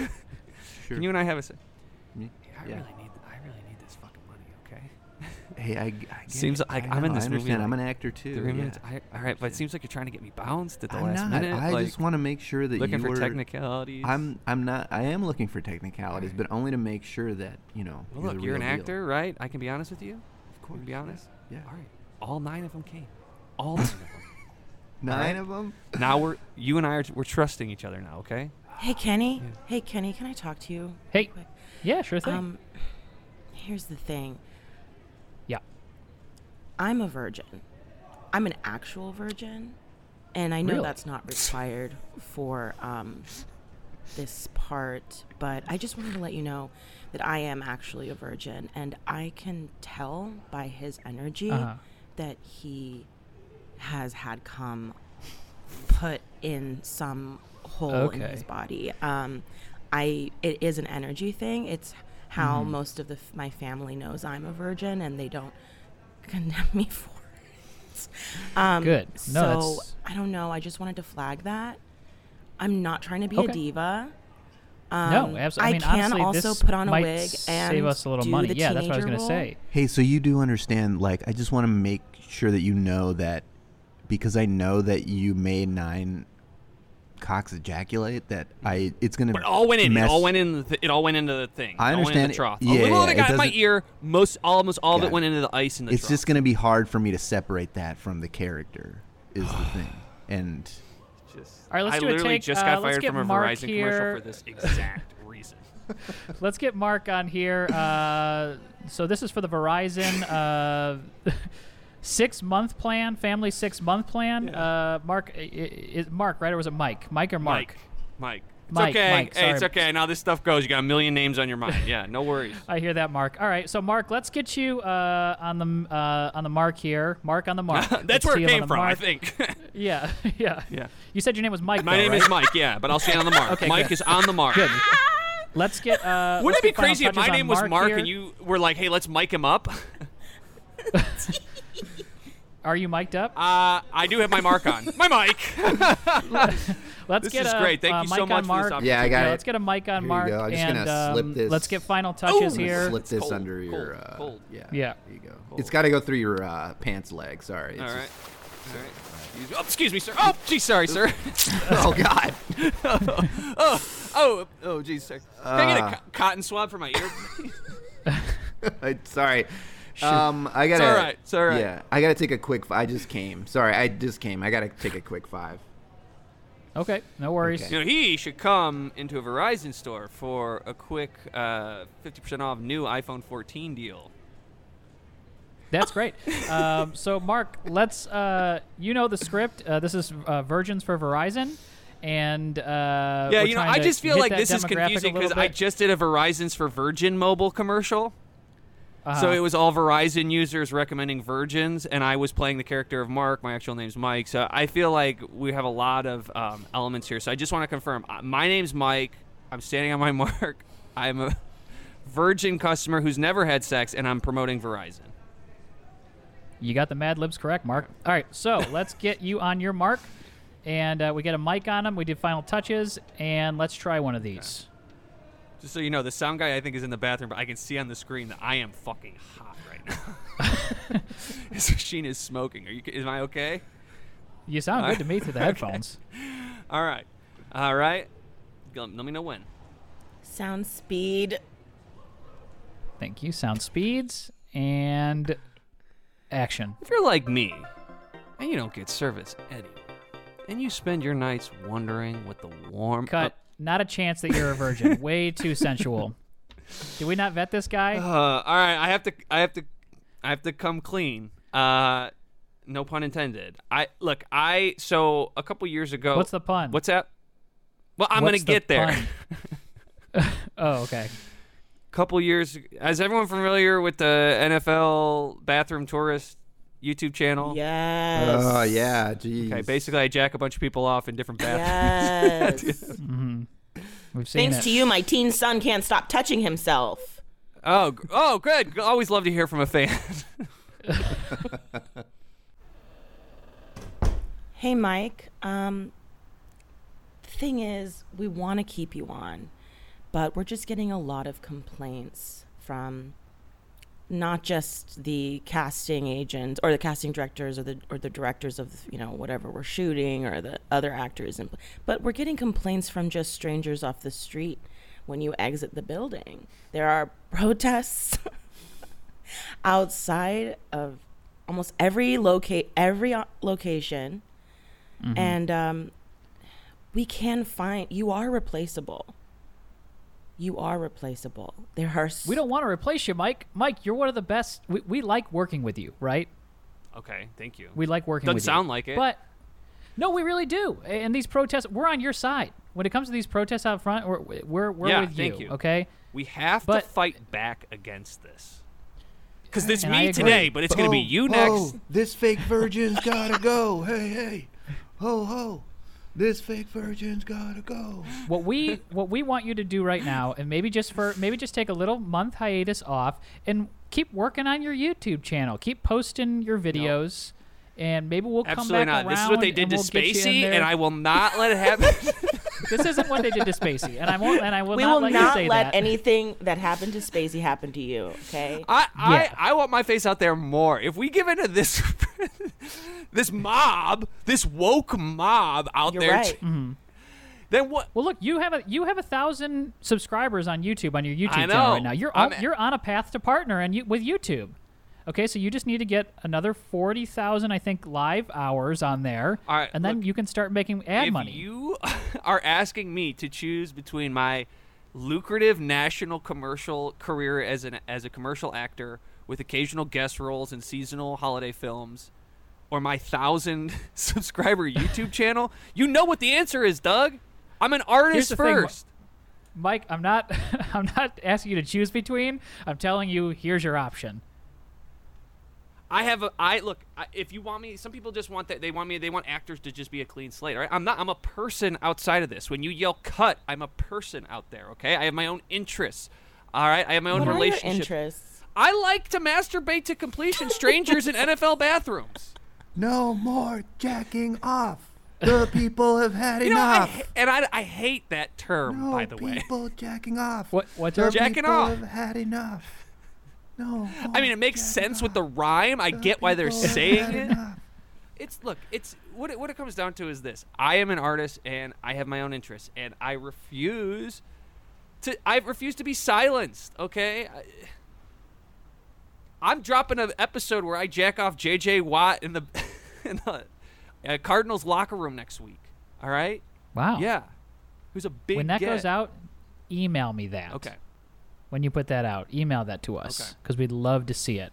Speaker 4: Sure.
Speaker 2: Can you and I have a? se- I
Speaker 4: Yeah.
Speaker 2: really need. I really need this fucking money. Okay.
Speaker 4: Hey, I, I get
Speaker 2: Seems
Speaker 4: it.
Speaker 2: like
Speaker 4: I
Speaker 2: I'm in
Speaker 4: know,
Speaker 2: this
Speaker 4: I
Speaker 2: movie,
Speaker 4: understand.
Speaker 2: like,
Speaker 4: I'm an actor too.
Speaker 2: Three
Speaker 4: yeah.
Speaker 2: minutes. I, all right, but it seems like you're trying to get me bounced at the
Speaker 4: I'm
Speaker 2: last
Speaker 4: not.
Speaker 2: minute.
Speaker 4: I
Speaker 2: like,
Speaker 4: just want to make sure that
Speaker 2: looking
Speaker 4: you
Speaker 2: for
Speaker 4: were,
Speaker 2: technicalities.
Speaker 4: I'm. I'm not. I am looking for technicalities, but only to make sure that you know.
Speaker 2: Well,
Speaker 4: you're
Speaker 2: look,
Speaker 4: the
Speaker 2: you're an
Speaker 4: real deal.
Speaker 2: actor, right? I can be honest with you.
Speaker 4: Of
Speaker 2: I
Speaker 4: course.
Speaker 2: can be
Speaker 4: yeah,
Speaker 2: honest.
Speaker 4: Yeah.
Speaker 2: All right. All nine of them came. All nine of them.
Speaker 4: (laughs) Nine
Speaker 2: right.
Speaker 4: of them.
Speaker 2: Now we're you and I are we're trusting each other now. Okay.
Speaker 3: Hey Kenny. Hey Kenny, can I talk to you?
Speaker 1: Hey, yeah, sure thing.
Speaker 3: Um, here's the thing.
Speaker 1: yeah,
Speaker 3: I'm a virgin. I'm an actual virgin, and I know
Speaker 1: Really?
Speaker 3: that's not required for um, this part, but I just wanted to let you know that I am actually a virgin, and I can tell by his energy
Speaker 1: Uh-huh.
Speaker 3: that he has had come put in some hole in his
Speaker 1: Okay.
Speaker 3: body. Um, I it is an energy thing. It's how
Speaker 1: Mm-hmm.
Speaker 3: most of the f- my family knows I'm a virgin, and they don't condemn (laughs) me for it. Um,
Speaker 1: Good. No,
Speaker 3: so
Speaker 1: that's-
Speaker 3: I don't know. I just wanted to flag that. I'm not trying to be
Speaker 1: Okay.
Speaker 3: a diva.
Speaker 1: no,
Speaker 3: Um,
Speaker 1: absolutely. I, mean,
Speaker 3: can
Speaker 1: honestly,
Speaker 3: also
Speaker 1: this
Speaker 3: put on a
Speaker 1: might
Speaker 3: wig and
Speaker 1: save us a little
Speaker 3: do
Speaker 1: money.
Speaker 3: the
Speaker 1: Yeah, that's what I was gonna
Speaker 3: teenager role.
Speaker 1: say.
Speaker 4: Hey, so you do understand? Like, I just want to make sure that you know that because I know that you made nine cocks ejaculate. That I. It's gonna.
Speaker 2: Mm-hmm. But it all went in.
Speaker 4: Mess,
Speaker 2: It all went in. The th- it all went into the thing.
Speaker 4: I
Speaker 2: It all went in
Speaker 4: understand.
Speaker 2: the trough. a
Speaker 4: Yeah,
Speaker 2: little
Speaker 4: yeah,
Speaker 2: bit
Speaker 4: it
Speaker 2: got in my
Speaker 4: doesn't-
Speaker 2: ear. Most, almost all of
Speaker 4: Got
Speaker 2: it went
Speaker 4: it.
Speaker 2: into the ice in the
Speaker 4: It's
Speaker 2: trough.
Speaker 4: just gonna be hard for me to separate that from the character. Is the
Speaker 2: (sighs)
Speaker 4: thing. And
Speaker 2: Just,
Speaker 1: All right, let's
Speaker 2: I
Speaker 1: do a
Speaker 2: literally
Speaker 1: take.
Speaker 2: just
Speaker 1: Uh,
Speaker 2: got
Speaker 1: let's
Speaker 2: fired
Speaker 1: get
Speaker 2: from a
Speaker 1: Mark
Speaker 2: Verizon
Speaker 1: here. (laughs)
Speaker 2: commercial for this exact reason.
Speaker 1: Let's get Mark on here. Uh, so this is for the Verizon uh, (laughs) six month plan, family six month plan. Uh, Mark, i- i- is Mark right or was it Mike? Mike or Mark?
Speaker 2: Mike. Mike. It's
Speaker 1: Mike,
Speaker 2: okay.
Speaker 1: Mike,
Speaker 2: hey, it's
Speaker 1: sorry.
Speaker 2: okay. Now this stuff goes. You got a million names on your mind. Yeah,
Speaker 1: (laughs)
Speaker 2: no worries.
Speaker 1: I hear that, Mark. All right, so Mark, let's get you uh, on the uh, on the mark here. Mark on the mark. Let's
Speaker 2: (laughs) That's where
Speaker 1: see him
Speaker 2: it
Speaker 1: on
Speaker 2: came
Speaker 1: the
Speaker 2: from, I
Speaker 1: mark.
Speaker 2: think.
Speaker 1: (laughs) Yeah, yeah,
Speaker 2: Yeah.
Speaker 1: You said your name was Mike.
Speaker 2: My
Speaker 1: though,
Speaker 2: name
Speaker 1: right?
Speaker 2: is Mike, yeah, but I'll stand on the mark.
Speaker 1: Okay,
Speaker 2: Mike
Speaker 1: good.
Speaker 2: is on the mark.
Speaker 1: Good. Let's get. Uh,
Speaker 2: Wouldn't
Speaker 1: let's
Speaker 2: it be
Speaker 1: get final
Speaker 2: crazy if my
Speaker 1: touches on
Speaker 2: name was Mark,
Speaker 1: here.
Speaker 2: and you were like, hey, let's mic
Speaker 1: (laughs)
Speaker 2: him up? Uh,
Speaker 1: are you mic'd up?
Speaker 2: I do have my
Speaker 1: (laughs)
Speaker 2: mark on. My mic.
Speaker 1: Let's
Speaker 2: This
Speaker 1: get
Speaker 2: is
Speaker 1: a,
Speaker 2: great. Thank
Speaker 1: a
Speaker 2: you so
Speaker 1: mic on
Speaker 2: much for this
Speaker 1: Mark.
Speaker 2: opportunity.
Speaker 4: Yeah, I got
Speaker 1: Yeah,
Speaker 4: it.
Speaker 1: let's get a mic on
Speaker 4: Here you
Speaker 1: Mark
Speaker 4: go. I'm just
Speaker 1: and
Speaker 4: gonna slip
Speaker 1: um,
Speaker 4: this- Oh,
Speaker 1: let's get final touches
Speaker 4: I'm gonna
Speaker 1: here.
Speaker 4: Slip this
Speaker 2: Cold,
Speaker 4: under your.
Speaker 2: cold,
Speaker 4: uh,
Speaker 2: cold.
Speaker 4: Yeah.
Speaker 1: Yeah.
Speaker 4: There you go. It's got to go through your uh, pants leg. Sorry. It's
Speaker 2: All right. All right.
Speaker 4: just-
Speaker 2: Excuse- Oh, excuse me, sir. Oh, geez, sorry, sir.
Speaker 4: (laughs)
Speaker 2: (laughs)
Speaker 4: oh God.
Speaker 2: oh, oh, oh, geez, sir. Can I get a
Speaker 4: Uh.
Speaker 2: co- cotton swab for my ear?
Speaker 4: It's- sorry. Um, I gotta.
Speaker 2: all right. It's all right.
Speaker 4: Yeah, I gotta take a quick. f- I just came. Sorry, I just came. I gotta take a quick five.
Speaker 1: Okay, no worries.
Speaker 4: Okay.
Speaker 2: You know, he should come into a Verizon store for a quick uh, 50% off new iPhone 14 deal.
Speaker 1: That's great. um, (laughs) so, Mark, let's. Uh, you know the script. Uh, this is uh, Virgins for Verizon, and uh,
Speaker 2: yeah,
Speaker 1: we're
Speaker 2: you know,
Speaker 1: trying
Speaker 2: I
Speaker 1: to
Speaker 2: just feel
Speaker 1: hit
Speaker 2: like
Speaker 1: that
Speaker 2: this is
Speaker 1: demographic a
Speaker 2: confusing
Speaker 1: little
Speaker 2: because I
Speaker 1: bit.
Speaker 2: just did a Verizon's for Virgin mobile commercial. So
Speaker 1: Uh-huh.
Speaker 2: it was all Verizon users recommending Virgins, and I was playing the character of Mark. My actual name's Mike. So I feel like we have a lot of um, elements here. So I just want to confirm uh, my name's Mike. I'm standing on my (laughs) mark. I'm a Virgin customer who's never had sex, and I'm promoting Verizon.
Speaker 1: You got the Mad Libs correct, Mark. All right,
Speaker 2: (laughs)
Speaker 1: so let's get you on your mark, and uh, we get a mic on him. We do final touches, and let's try one of these.
Speaker 2: Just so you know, the sound guy I think is in the bathroom, but I can see on the screen that I am fucking hot right now. (laughs) His machine is smoking. Are you? Am I okay?
Speaker 1: You sound good to me
Speaker 2: (laughs)
Speaker 1: through the headphones.
Speaker 2: All right, all right. Go- Let me know when.
Speaker 3: Sound speed.
Speaker 1: Thank you. Sound speeds and action.
Speaker 2: If you're like me, and you don't get service anywhere, and you spend your nights wondering what the warm
Speaker 1: Cut. Not a chance that you're a
Speaker 2: (laughs)
Speaker 1: virgin. Way too sensual. Did we not vet this
Speaker 2: Uh,
Speaker 1: guy?
Speaker 2: all right, I have to. I have to. I have to come clean. Uh, no pun intended. I look. I so a couple years ago.
Speaker 1: What's the pun?
Speaker 2: What's that? Well, I'm
Speaker 1: What's
Speaker 2: gonna
Speaker 1: the
Speaker 2: get there.
Speaker 1: pun?
Speaker 2: (laughs)
Speaker 1: Oh, okay.
Speaker 2: couple years. Is everyone familiar with the NFL Bathroom Tourist YouTube channel?
Speaker 3: Yes.
Speaker 4: Oh yeah. Geez.
Speaker 2: Okay, basically, I jack a bunch of people off in different bathrooms.
Speaker 3: Yes.
Speaker 1: We've seen
Speaker 3: Thanks
Speaker 1: it.
Speaker 3: to you, my teen son can't stop touching himself.
Speaker 2: (laughs) Oh, gr- oh, good. Always love to hear from a fan. (laughs)
Speaker 3: Hey, Mike. Um, the thing is, we want to keep you on, but we're just getting a lot of complaints from not just the casting agents or the casting directors or the or the directors of you know whatever we're shooting or the other actors, and, but we're getting complaints from just strangers off the street when you exit the building. There are (laughs) protests outside of almost every locate every uh, location
Speaker 1: Mm-hmm.
Speaker 3: and um, we can find you are replaceable you are replaceable there are s-
Speaker 1: We don't want to replace you, Mike. Mike, you're one of the best. We, we like working with you, right?
Speaker 2: okay, thank you.
Speaker 1: We like working
Speaker 2: Doesn't
Speaker 1: with you.
Speaker 2: sound like it.
Speaker 1: But no, we really do. And these protests, we're on your side. When it comes to these protests out front, we're, we're, we're
Speaker 2: Yeah,
Speaker 1: with
Speaker 2: thank you.
Speaker 1: Okay?
Speaker 2: We have
Speaker 1: But-
Speaker 2: to fight back against this. Because it's
Speaker 1: And I
Speaker 2: me
Speaker 1: agree.
Speaker 2: today, but it's going
Speaker 1: Oh.
Speaker 2: to be you next.
Speaker 4: Oh, this fake virgin's gotta go. Hey, hey, ho, ho. This fake virgin's gotta go.
Speaker 1: what we what we want you to do right now and maybe just for maybe just take a little month hiatus off and keep working on your YouTube channel. Keep posting your videos and maybe we'll
Speaker 2: Absolutely
Speaker 1: come back
Speaker 2: not.
Speaker 1: around.
Speaker 2: This is what they did
Speaker 1: and
Speaker 2: to
Speaker 1: we'll get you in
Speaker 2: Spacey,
Speaker 1: there.
Speaker 2: and I will not let it
Speaker 1: (laughs)
Speaker 2: happen.
Speaker 1: This isn't what they did to Spacey, and I won't and I will
Speaker 3: we
Speaker 1: not
Speaker 3: will
Speaker 1: let you
Speaker 3: not
Speaker 1: say
Speaker 3: let
Speaker 1: that.
Speaker 3: anything that happened to spacey happen to you
Speaker 2: (laughs)
Speaker 3: okay
Speaker 2: I, I,
Speaker 1: Yeah.
Speaker 2: I want my face out there more. If we give into this (laughs) this mob, this woke mob out
Speaker 3: you're
Speaker 2: there,
Speaker 3: right
Speaker 1: Mm-hmm.
Speaker 2: then what?
Speaker 1: well, look, you have a you have a thousand subscribers on YouTube on your YouTube
Speaker 2: I
Speaker 1: channel right
Speaker 2: know.
Speaker 1: now. You're
Speaker 2: I'm-
Speaker 1: on, you're on a path to partner and you, with YouTube. Okay, so you just need to get another forty thousand, I think, live hours on there,
Speaker 2: All right, (laughs)
Speaker 1: and then you can start making ad
Speaker 2: if
Speaker 1: money.
Speaker 2: you are asking me to choose between my lucrative national commercial career as an as a commercial actor with occasional guest roles in seasonal holiday films or my 1000 (laughs) subscriber YouTube channel? You know what the answer is, Doug. I'm an artist
Speaker 1: the thing, Mar-
Speaker 2: first.
Speaker 1: Mike, I'm not (laughs) I'm not asking you to choose between. I'm telling you, here's your option.
Speaker 2: I have a I look. I, if you want me, some people just want that. They want me. They want actors to just be a clean slate. All right, I'm not. I'm a person outside of this. When you yell cut, I'm a person out there. Okay, I have my own interests. All right, I have my own
Speaker 3: What are your
Speaker 2: relationships.
Speaker 3: interests?
Speaker 2: I like to masturbate to completion, strangers in NFL bathrooms.
Speaker 4: No more jacking off.
Speaker 2: (laughs)
Speaker 4: The people have had
Speaker 2: You know, I,
Speaker 4: enough.
Speaker 2: ha- and I, I hate that term.
Speaker 4: no
Speaker 2: by the way,
Speaker 4: people jacking off.
Speaker 1: What- what
Speaker 4: The
Speaker 1: term?
Speaker 2: Jacking
Speaker 4: people
Speaker 2: off.
Speaker 4: have had enough. No.
Speaker 2: I mean, it makes sense with the rhyme. I get why they're saying it. it's look it's what it, what it comes down to is this i am an artist and i have my own interests and i refuse to i refuse to be silenced okay I, i'm dropping an episode where i jack off jj watt in the, (laughs) in the uh, cardinals locker room next week all right
Speaker 1: Wow.
Speaker 2: yeah who's a big
Speaker 1: When that
Speaker 2: get.
Speaker 1: goes out, email me that.
Speaker 2: okay
Speaker 1: When you put that out, email that to
Speaker 2: Okay.
Speaker 1: us because we'd love to see it.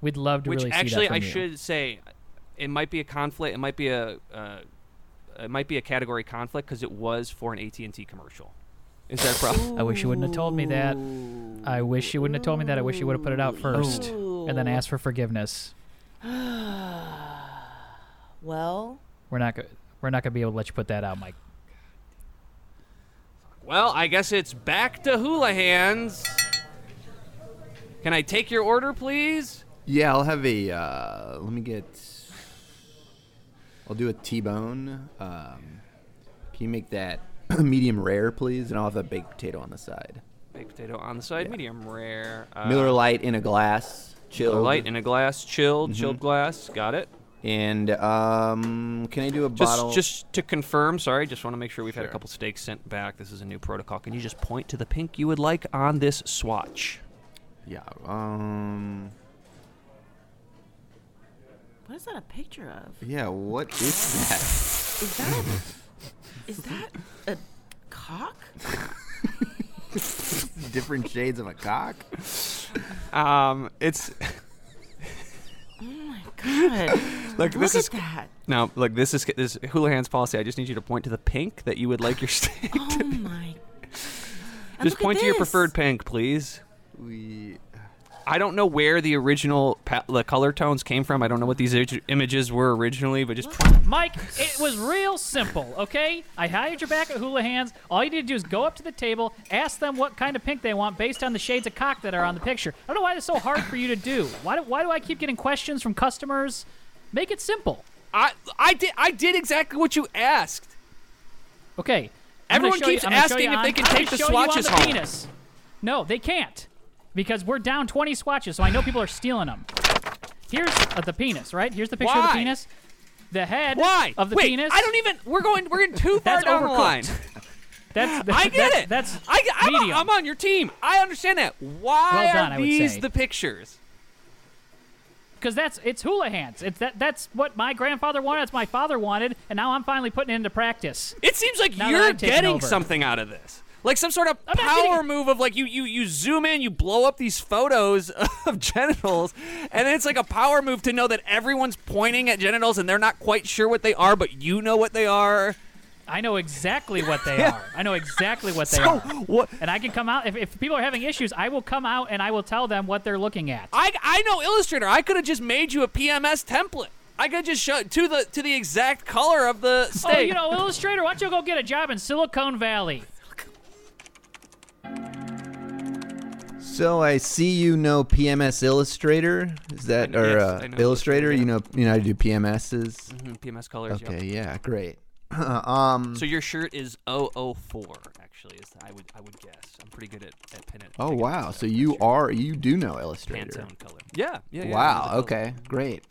Speaker 1: We'd love to
Speaker 2: which
Speaker 1: really see that
Speaker 2: actually
Speaker 1: from
Speaker 2: i
Speaker 1: you.
Speaker 2: should say it might be a conflict it might be a uh, it might be a category conflict because it was for an at&t commercial is that a problem
Speaker 1: I wish you wouldn't have told me that. I wish you wouldn't have told me that. I wish you would have put it out first and then asked for forgiveness.
Speaker 3: Well,
Speaker 1: We're not go- we're not gonna be able to let you put that out, Mike.
Speaker 2: Well, I guess it's back to hula hands. Can I take your order, please?
Speaker 4: Yeah, I'll have a. Uh, let me get. I'll do a T-bone. Um, can you make that (clears throat) medium rare, please? And I'll have a baked potato on the side.
Speaker 2: Baked potato on the side, medium rare. Uh,
Speaker 4: Miller Light in a glass, chilled.
Speaker 2: Miller Light in a glass, chilled, chilled glass. Got it.
Speaker 4: And um, can I do a
Speaker 2: Just,
Speaker 4: bottle?
Speaker 2: just to confirm, sorry, just want to make sure we've had a
Speaker 4: Sure.
Speaker 2: couple steaks sent back. This is a new protocol. Can you just point to the pink you would like on this swatch?
Speaker 4: yeah. Um.
Speaker 3: what is that a picture of?
Speaker 4: Yeah. What is that? (laughs)
Speaker 3: Is that is that a cock?
Speaker 4: Different shades of a cock.
Speaker 2: Um, it's (laughs)
Speaker 3: Oh my god!
Speaker 2: Look,
Speaker 3: Look
Speaker 2: this
Speaker 3: at
Speaker 2: is-
Speaker 3: that.
Speaker 2: now look. This is this is hula hands policy. I just need you to point to the pink that you would like
Speaker 1: (gasps)
Speaker 2: your (laughs) steak.
Speaker 3: Oh my.
Speaker 1: Oh,
Speaker 3: And
Speaker 2: just
Speaker 3: look at
Speaker 2: point to your
Speaker 3: this.
Speaker 2: preferred pink, please.
Speaker 4: We.
Speaker 2: I don't know where the original pa- the color tones came from. I don't know what these ig- images were originally, but just
Speaker 1: Mike, it was real simple, okay? I hired your back at Hula Hands. All you need to do is go up to the table, ask them what kind of pink they want based on the shades of cock that are on the picture. I don't know why it's so hard for you to do. Why do, why do I keep getting questions from customers? Make it simple.
Speaker 2: I I did I did exactly what you asked.
Speaker 1: Okay. I'm gonna
Speaker 2: Everyone
Speaker 1: show you-
Speaker 2: keeps
Speaker 1: I'm gonna show
Speaker 2: asking
Speaker 1: you
Speaker 2: if
Speaker 1: on-
Speaker 2: they can
Speaker 1: I'm
Speaker 2: take
Speaker 1: gonna
Speaker 2: the
Speaker 1: show you on
Speaker 2: swatches
Speaker 1: the
Speaker 2: home.
Speaker 1: penis. No, they can't. Because we're down 20 swatches, so I know people are stealing them. Here's uh, the penis, right? Here's the picture of
Speaker 2: Why?
Speaker 1: the penis. The head
Speaker 2: Why?
Speaker 1: of the
Speaker 2: Wait,
Speaker 1: penis.
Speaker 2: I don't e- even. We're going. We're getting too far
Speaker 1: (laughs) That's
Speaker 2: down the
Speaker 1: overcooked.
Speaker 2: line.
Speaker 1: That's,
Speaker 2: (laughs)
Speaker 1: (laughs)
Speaker 2: I get
Speaker 1: that's-
Speaker 2: it.
Speaker 1: That's
Speaker 2: I, I'm,
Speaker 1: medium.
Speaker 2: I'm on your team. I understand that. Why
Speaker 1: Well done,
Speaker 2: are
Speaker 1: I would
Speaker 2: these
Speaker 1: say.
Speaker 2: the pictures?
Speaker 1: because that's it's hula hands. It's that that's what my grandfather wanted. That's my father wanted, and now I'm finally putting it into practice.
Speaker 2: It seems like
Speaker 1: Now that
Speaker 2: you're
Speaker 1: I've taken
Speaker 2: getting
Speaker 1: over.
Speaker 2: something out of this. Like some sort of
Speaker 1: I'm not
Speaker 2: power
Speaker 1: getting-
Speaker 2: move of like you you you zoom in, you blow up these photos (laughs) of genitals, and then it's like a power move to know that everyone's pointing at genitals and they're not quite sure what they are, but you know what they are.
Speaker 1: I know exactly what they
Speaker 2: Yeah.
Speaker 1: are. I know exactly what they
Speaker 2: So,
Speaker 1: are.
Speaker 4: Oh,
Speaker 2: what-
Speaker 1: And I can come out if, if people are having issues. I will come out and I will tell them what they're looking at.
Speaker 2: I I know Illustrator. I could have just made you a PMS template. I could just show to the to the exact color of the state.
Speaker 1: Oh, you know, Illustrator, why don't you go get a job in Silicon Valley?
Speaker 4: So I see you know PMS Illustrator. Is that
Speaker 2: I-
Speaker 4: or
Speaker 2: yes, I
Speaker 4: uh,
Speaker 2: know Illustrator,
Speaker 4: Illustrator?
Speaker 2: yeah.
Speaker 4: You know, you know how to do PMSs.
Speaker 2: Mhm, PMS colors. yep.
Speaker 4: Okay, yeah, great. um.
Speaker 2: So your shirt is 004, actually. Is I would I would guess. I'm pretty good at at pin it.
Speaker 4: oh
Speaker 2: picking up
Speaker 4: wow.
Speaker 2: stuff.
Speaker 4: So you are you do know Illustrator.
Speaker 2: Pantone color. Yeah. yeah, yeah
Speaker 4: Wow. Okay. Great.
Speaker 2: so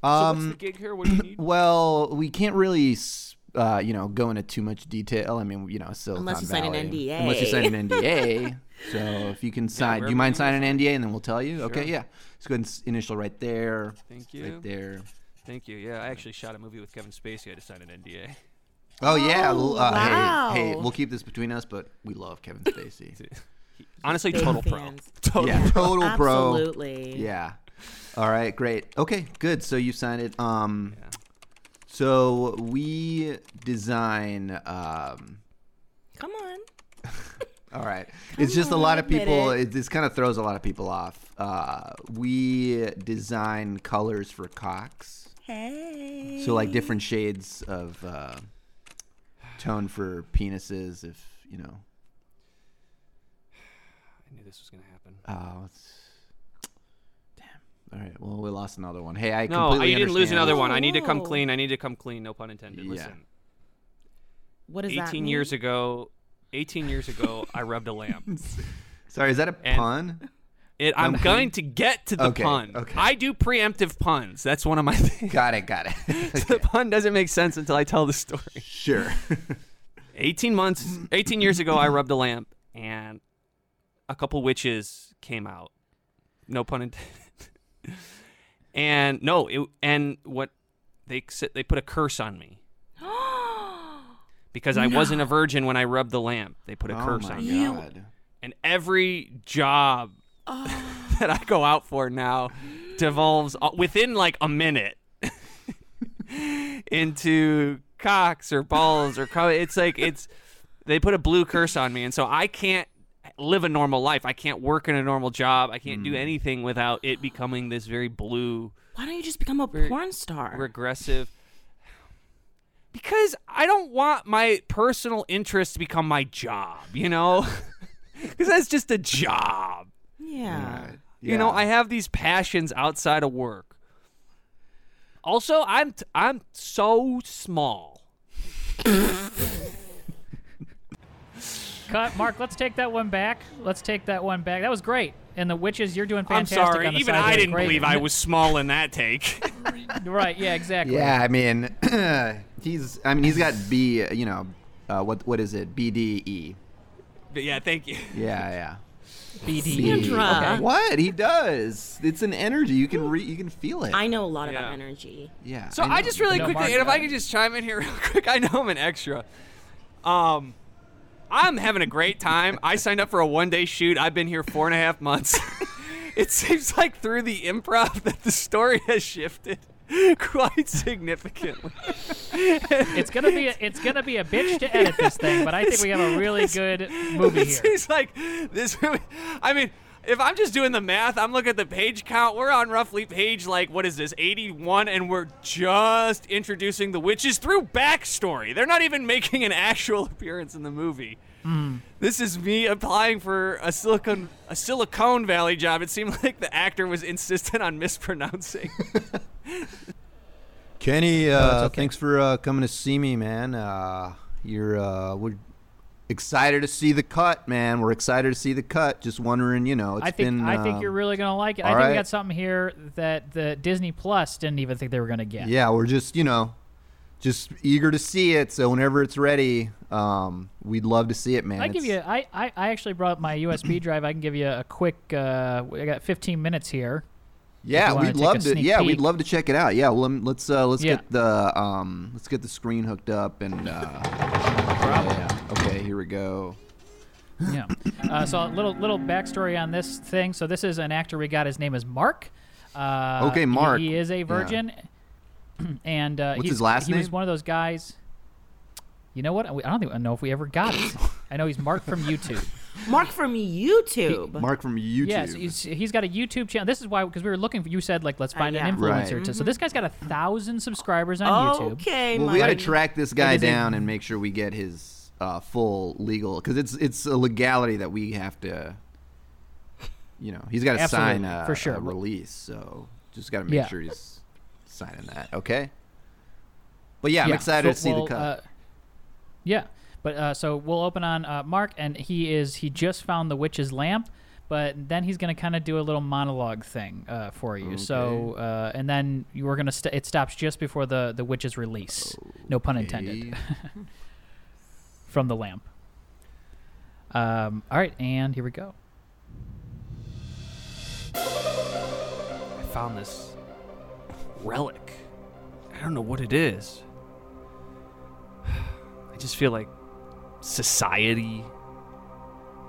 Speaker 2: what's
Speaker 4: Um.
Speaker 2: the gig here? What do you
Speaker 4: (clears throat)
Speaker 2: need?
Speaker 4: Well, we can't really. s- Uh, you know, go into too much detail. I mean, you know, Silicon
Speaker 3: Unless you sign an
Speaker 4: Valley.
Speaker 3: NDA.
Speaker 4: Unless you
Speaker 3: (laughs)
Speaker 4: sign an NDA. so if you can sign, do
Speaker 2: we're
Speaker 4: you mind
Speaker 2: amazing.
Speaker 4: signing an NDA and then we'll tell you? Okay, yeah. Let's go ahead and s- initial right there.
Speaker 2: Thank you.
Speaker 4: Right there.
Speaker 3: (laughs)
Speaker 2: Thank you. Yeah, I actually shot a movie with Kevin Spacey. I had to sign an NDA.
Speaker 4: Oh, yeah.
Speaker 3: Oh,
Speaker 4: uh, hey,
Speaker 3: wow.
Speaker 4: Hey, we'll keep this between us, but we love
Speaker 3: (laughs)
Speaker 4: Kevin Spacey.
Speaker 2: Honestly,
Speaker 3: Big
Speaker 2: total
Speaker 3: fans.
Speaker 2: pro. (laughs) Total.
Speaker 4: yeah, total bro.
Speaker 3: Absolutely.
Speaker 4: Yeah. All right, great. Okay, good. So you signed it. Um, so we design. Um,
Speaker 3: Come on.
Speaker 4: all right, it's just a
Speaker 3: on,
Speaker 4: lot of
Speaker 3: admit
Speaker 4: people.
Speaker 3: it.
Speaker 4: It, this kind of throws a lot of people off. Uh, we design colors for cocks,
Speaker 3: Hey.
Speaker 4: so like different shades of uh, tone for penises. If you know,
Speaker 2: I knew this was gonna happen.
Speaker 4: oh, it's... damn. All right, well, we lost another one. Hey, I
Speaker 2: No, oh,
Speaker 4: completely
Speaker 2: you didn't lose
Speaker 4: understand.
Speaker 2: another one. I need to come
Speaker 3: Whoa.
Speaker 2: clean. I need to come clean. No pun intended.
Speaker 4: Yeah.
Speaker 2: Listen,
Speaker 3: What does that
Speaker 2: 18
Speaker 3: mean?
Speaker 2: years ago, 18 years ago, I rubbed a
Speaker 3: (laughs)
Speaker 2: lamp.
Speaker 4: Sorry, is that a
Speaker 2: And-
Speaker 4: pun?
Speaker 2: It, I'm going to get to the
Speaker 4: Okay,
Speaker 2: pun.
Speaker 4: okay.
Speaker 2: I do preemptive puns. That's one of my (laughs) things.
Speaker 4: Got it, got it.
Speaker 2: The
Speaker 4: Okay,
Speaker 2: pun doesn't make sense until I tell the story.
Speaker 4: sure. Oh
Speaker 2: 18 months, 18 years ago, I rubbed a lamp and a couple witches came out. No pun intended. (laughs) And no, it, and what they s- they put a curse on me because I wasn't a virgin when I rubbed the lamp. They put a
Speaker 4: oh
Speaker 2: curse
Speaker 4: my
Speaker 2: on me.
Speaker 4: god.
Speaker 2: And every job (laughs) that I go out for now devolves uh, within like a minute (laughs) into cocks or balls or co- it's like it's they put a blue curse on me and so I can't live a normal life. I can't work in a normal job. I can't do anything without it becoming this very blue
Speaker 3: Why don't you just become a porn star?
Speaker 2: regressive because I don't want my personal interests to become my job, you know? (laughs) Because that's just a job.
Speaker 3: yeah.
Speaker 4: Alright,
Speaker 2: You know,
Speaker 4: yeah.
Speaker 2: I have these passions outside of work. Also, I'm t- I'm so small.
Speaker 1: Cut, Mark. Let's take that one back. Let's take that one back. That was great. And the witches, you're doing fantastic.
Speaker 2: I'm sorry.
Speaker 1: on the
Speaker 2: Even
Speaker 1: side
Speaker 2: I
Speaker 1: there.
Speaker 2: didn't
Speaker 1: Great. (laughs)
Speaker 2: believe I was small in that take. (laughs)
Speaker 1: right. Yeah. Exactly.
Speaker 4: Yeah, I mean, (clears throat) he's. I mean, he's got B. You know, uh, what what is it? B D E.
Speaker 2: but yeah, thank you.
Speaker 4: Yeah, yeah.
Speaker 1: BD.
Speaker 4: BDE.
Speaker 3: Sandra.
Speaker 4: Okay. What he does? It's an energy. You can re- you can feel it.
Speaker 3: I know a lot about
Speaker 2: Yeah.
Speaker 3: energy.
Speaker 4: yeah.
Speaker 2: So I,
Speaker 4: know.
Speaker 2: just really
Speaker 1: No,
Speaker 2: quickly,
Speaker 1: Mark,
Speaker 2: and if I
Speaker 1: uh,
Speaker 2: could just chime in here (laughs) real quick, I know I'm an extra. Um, I'm having a great time. I signed up for a one day shoot. I've been here four and a half months. (laughs) it seems like through the improv (laughs) that the story has shifted (laughs) quite significantly.
Speaker 1: It's gonna be a, it's gonna be a bitch to edit this thing, but I think we have a really good
Speaker 2: (laughs)
Speaker 1: movie
Speaker 2: it
Speaker 1: here.
Speaker 2: seems like this. movie- I mean. If I'm just doing the math, I'm looking at the page count. We're on roughly page like what is this, 81, and we're just introducing the witches through backstory. They're not even making an actual (laughs) appearance in the movie.
Speaker 1: Hmm.
Speaker 2: This is me applying for a silicon a Silicon Valley job. It seemed (laughs) like the actor was insistent on mispronouncing.
Speaker 4: Kenny, uh, thanks for uh, coming to see me, man. Uh, you're uh, we're excited to see the cut, man. We're excited to see the cut. Just wondering, you know, it's
Speaker 1: I think
Speaker 4: been.
Speaker 1: I think
Speaker 4: um,
Speaker 1: you're really gonna like it. I
Speaker 4: all
Speaker 1: think we
Speaker 4: right.
Speaker 1: got something here that the Disney Plus didn't even think they were gonna get.
Speaker 4: Yeah, we're just you know, just eager to see it. So whenever it's ready, um, we'd love to see it, man.
Speaker 1: I give
Speaker 4: It's-
Speaker 1: you. I, I, I actually brought my USB drive. I can give you a quick. Uh, I got 15 minutes here.
Speaker 4: Yeah,
Speaker 1: you wanna
Speaker 4: we'd
Speaker 1: take a
Speaker 4: love to.
Speaker 1: sneak
Speaker 4: Yeah,
Speaker 1: peek.
Speaker 4: we'd love to check it out. Yeah, well, um, let's uh, let's
Speaker 1: Yeah.
Speaker 4: get the um, let's get the screen hooked up and. Uh, yeah, okay, here we go.
Speaker 1: Yeah. Uh, so a little little backstory on this thing. So this is an actor we got. His name is Mark. Uh,
Speaker 4: Okay,
Speaker 1: he-
Speaker 4: Mark.
Speaker 1: He, is a
Speaker 4: Yeah.
Speaker 1: virgin, (clears throat) and uh,
Speaker 4: What's
Speaker 1: he's-
Speaker 4: his last
Speaker 1: he was
Speaker 4: name?
Speaker 1: one of those guys. You know what? I don't think I know if we ever got it. I know he's Mark from YouTube.
Speaker 4: (laughs)
Speaker 2: (laughs)
Speaker 3: Mark from YouTube.
Speaker 4: Mark from YouTube.
Speaker 1: Yes, he's, he's got a YouTube channel. This is why because we were looking for. You said like let's find
Speaker 3: Uh, yeah.
Speaker 1: an
Speaker 4: Right.
Speaker 1: influencer. To, so this guy's got a thousand subscribers on YouTube.
Speaker 3: Oh, okay.
Speaker 4: well, we got to
Speaker 3: Mark.
Speaker 4: track this guy
Speaker 1: is a-
Speaker 4: down and make sure we get his uh, full legal because it's it's a legality that we have to. You know, he's got to sign
Speaker 1: Absolutely,
Speaker 4: a,
Speaker 1: for sure.
Speaker 4: a release, so just got to make
Speaker 1: Yeah.
Speaker 4: sure he's signing that. Okay. But yeah, I'm
Speaker 1: Yeah,
Speaker 4: excited
Speaker 1: so
Speaker 4: to see
Speaker 1: we'll,
Speaker 4: the cut.
Speaker 1: uh, yeah, but uh, so we'll open on uh, Mark, and he is he just found the witch's lamp, but then he's gonna kind of do a little monologue thing uh, for you. So uh, and then you are gonna st- it stops just before the the witch's release. No pun
Speaker 4: Okay.
Speaker 1: intended. From the lamp. Um, all right, and here we go.
Speaker 2: I found this relic. I don't know what it is. (sighs) I just feel like society,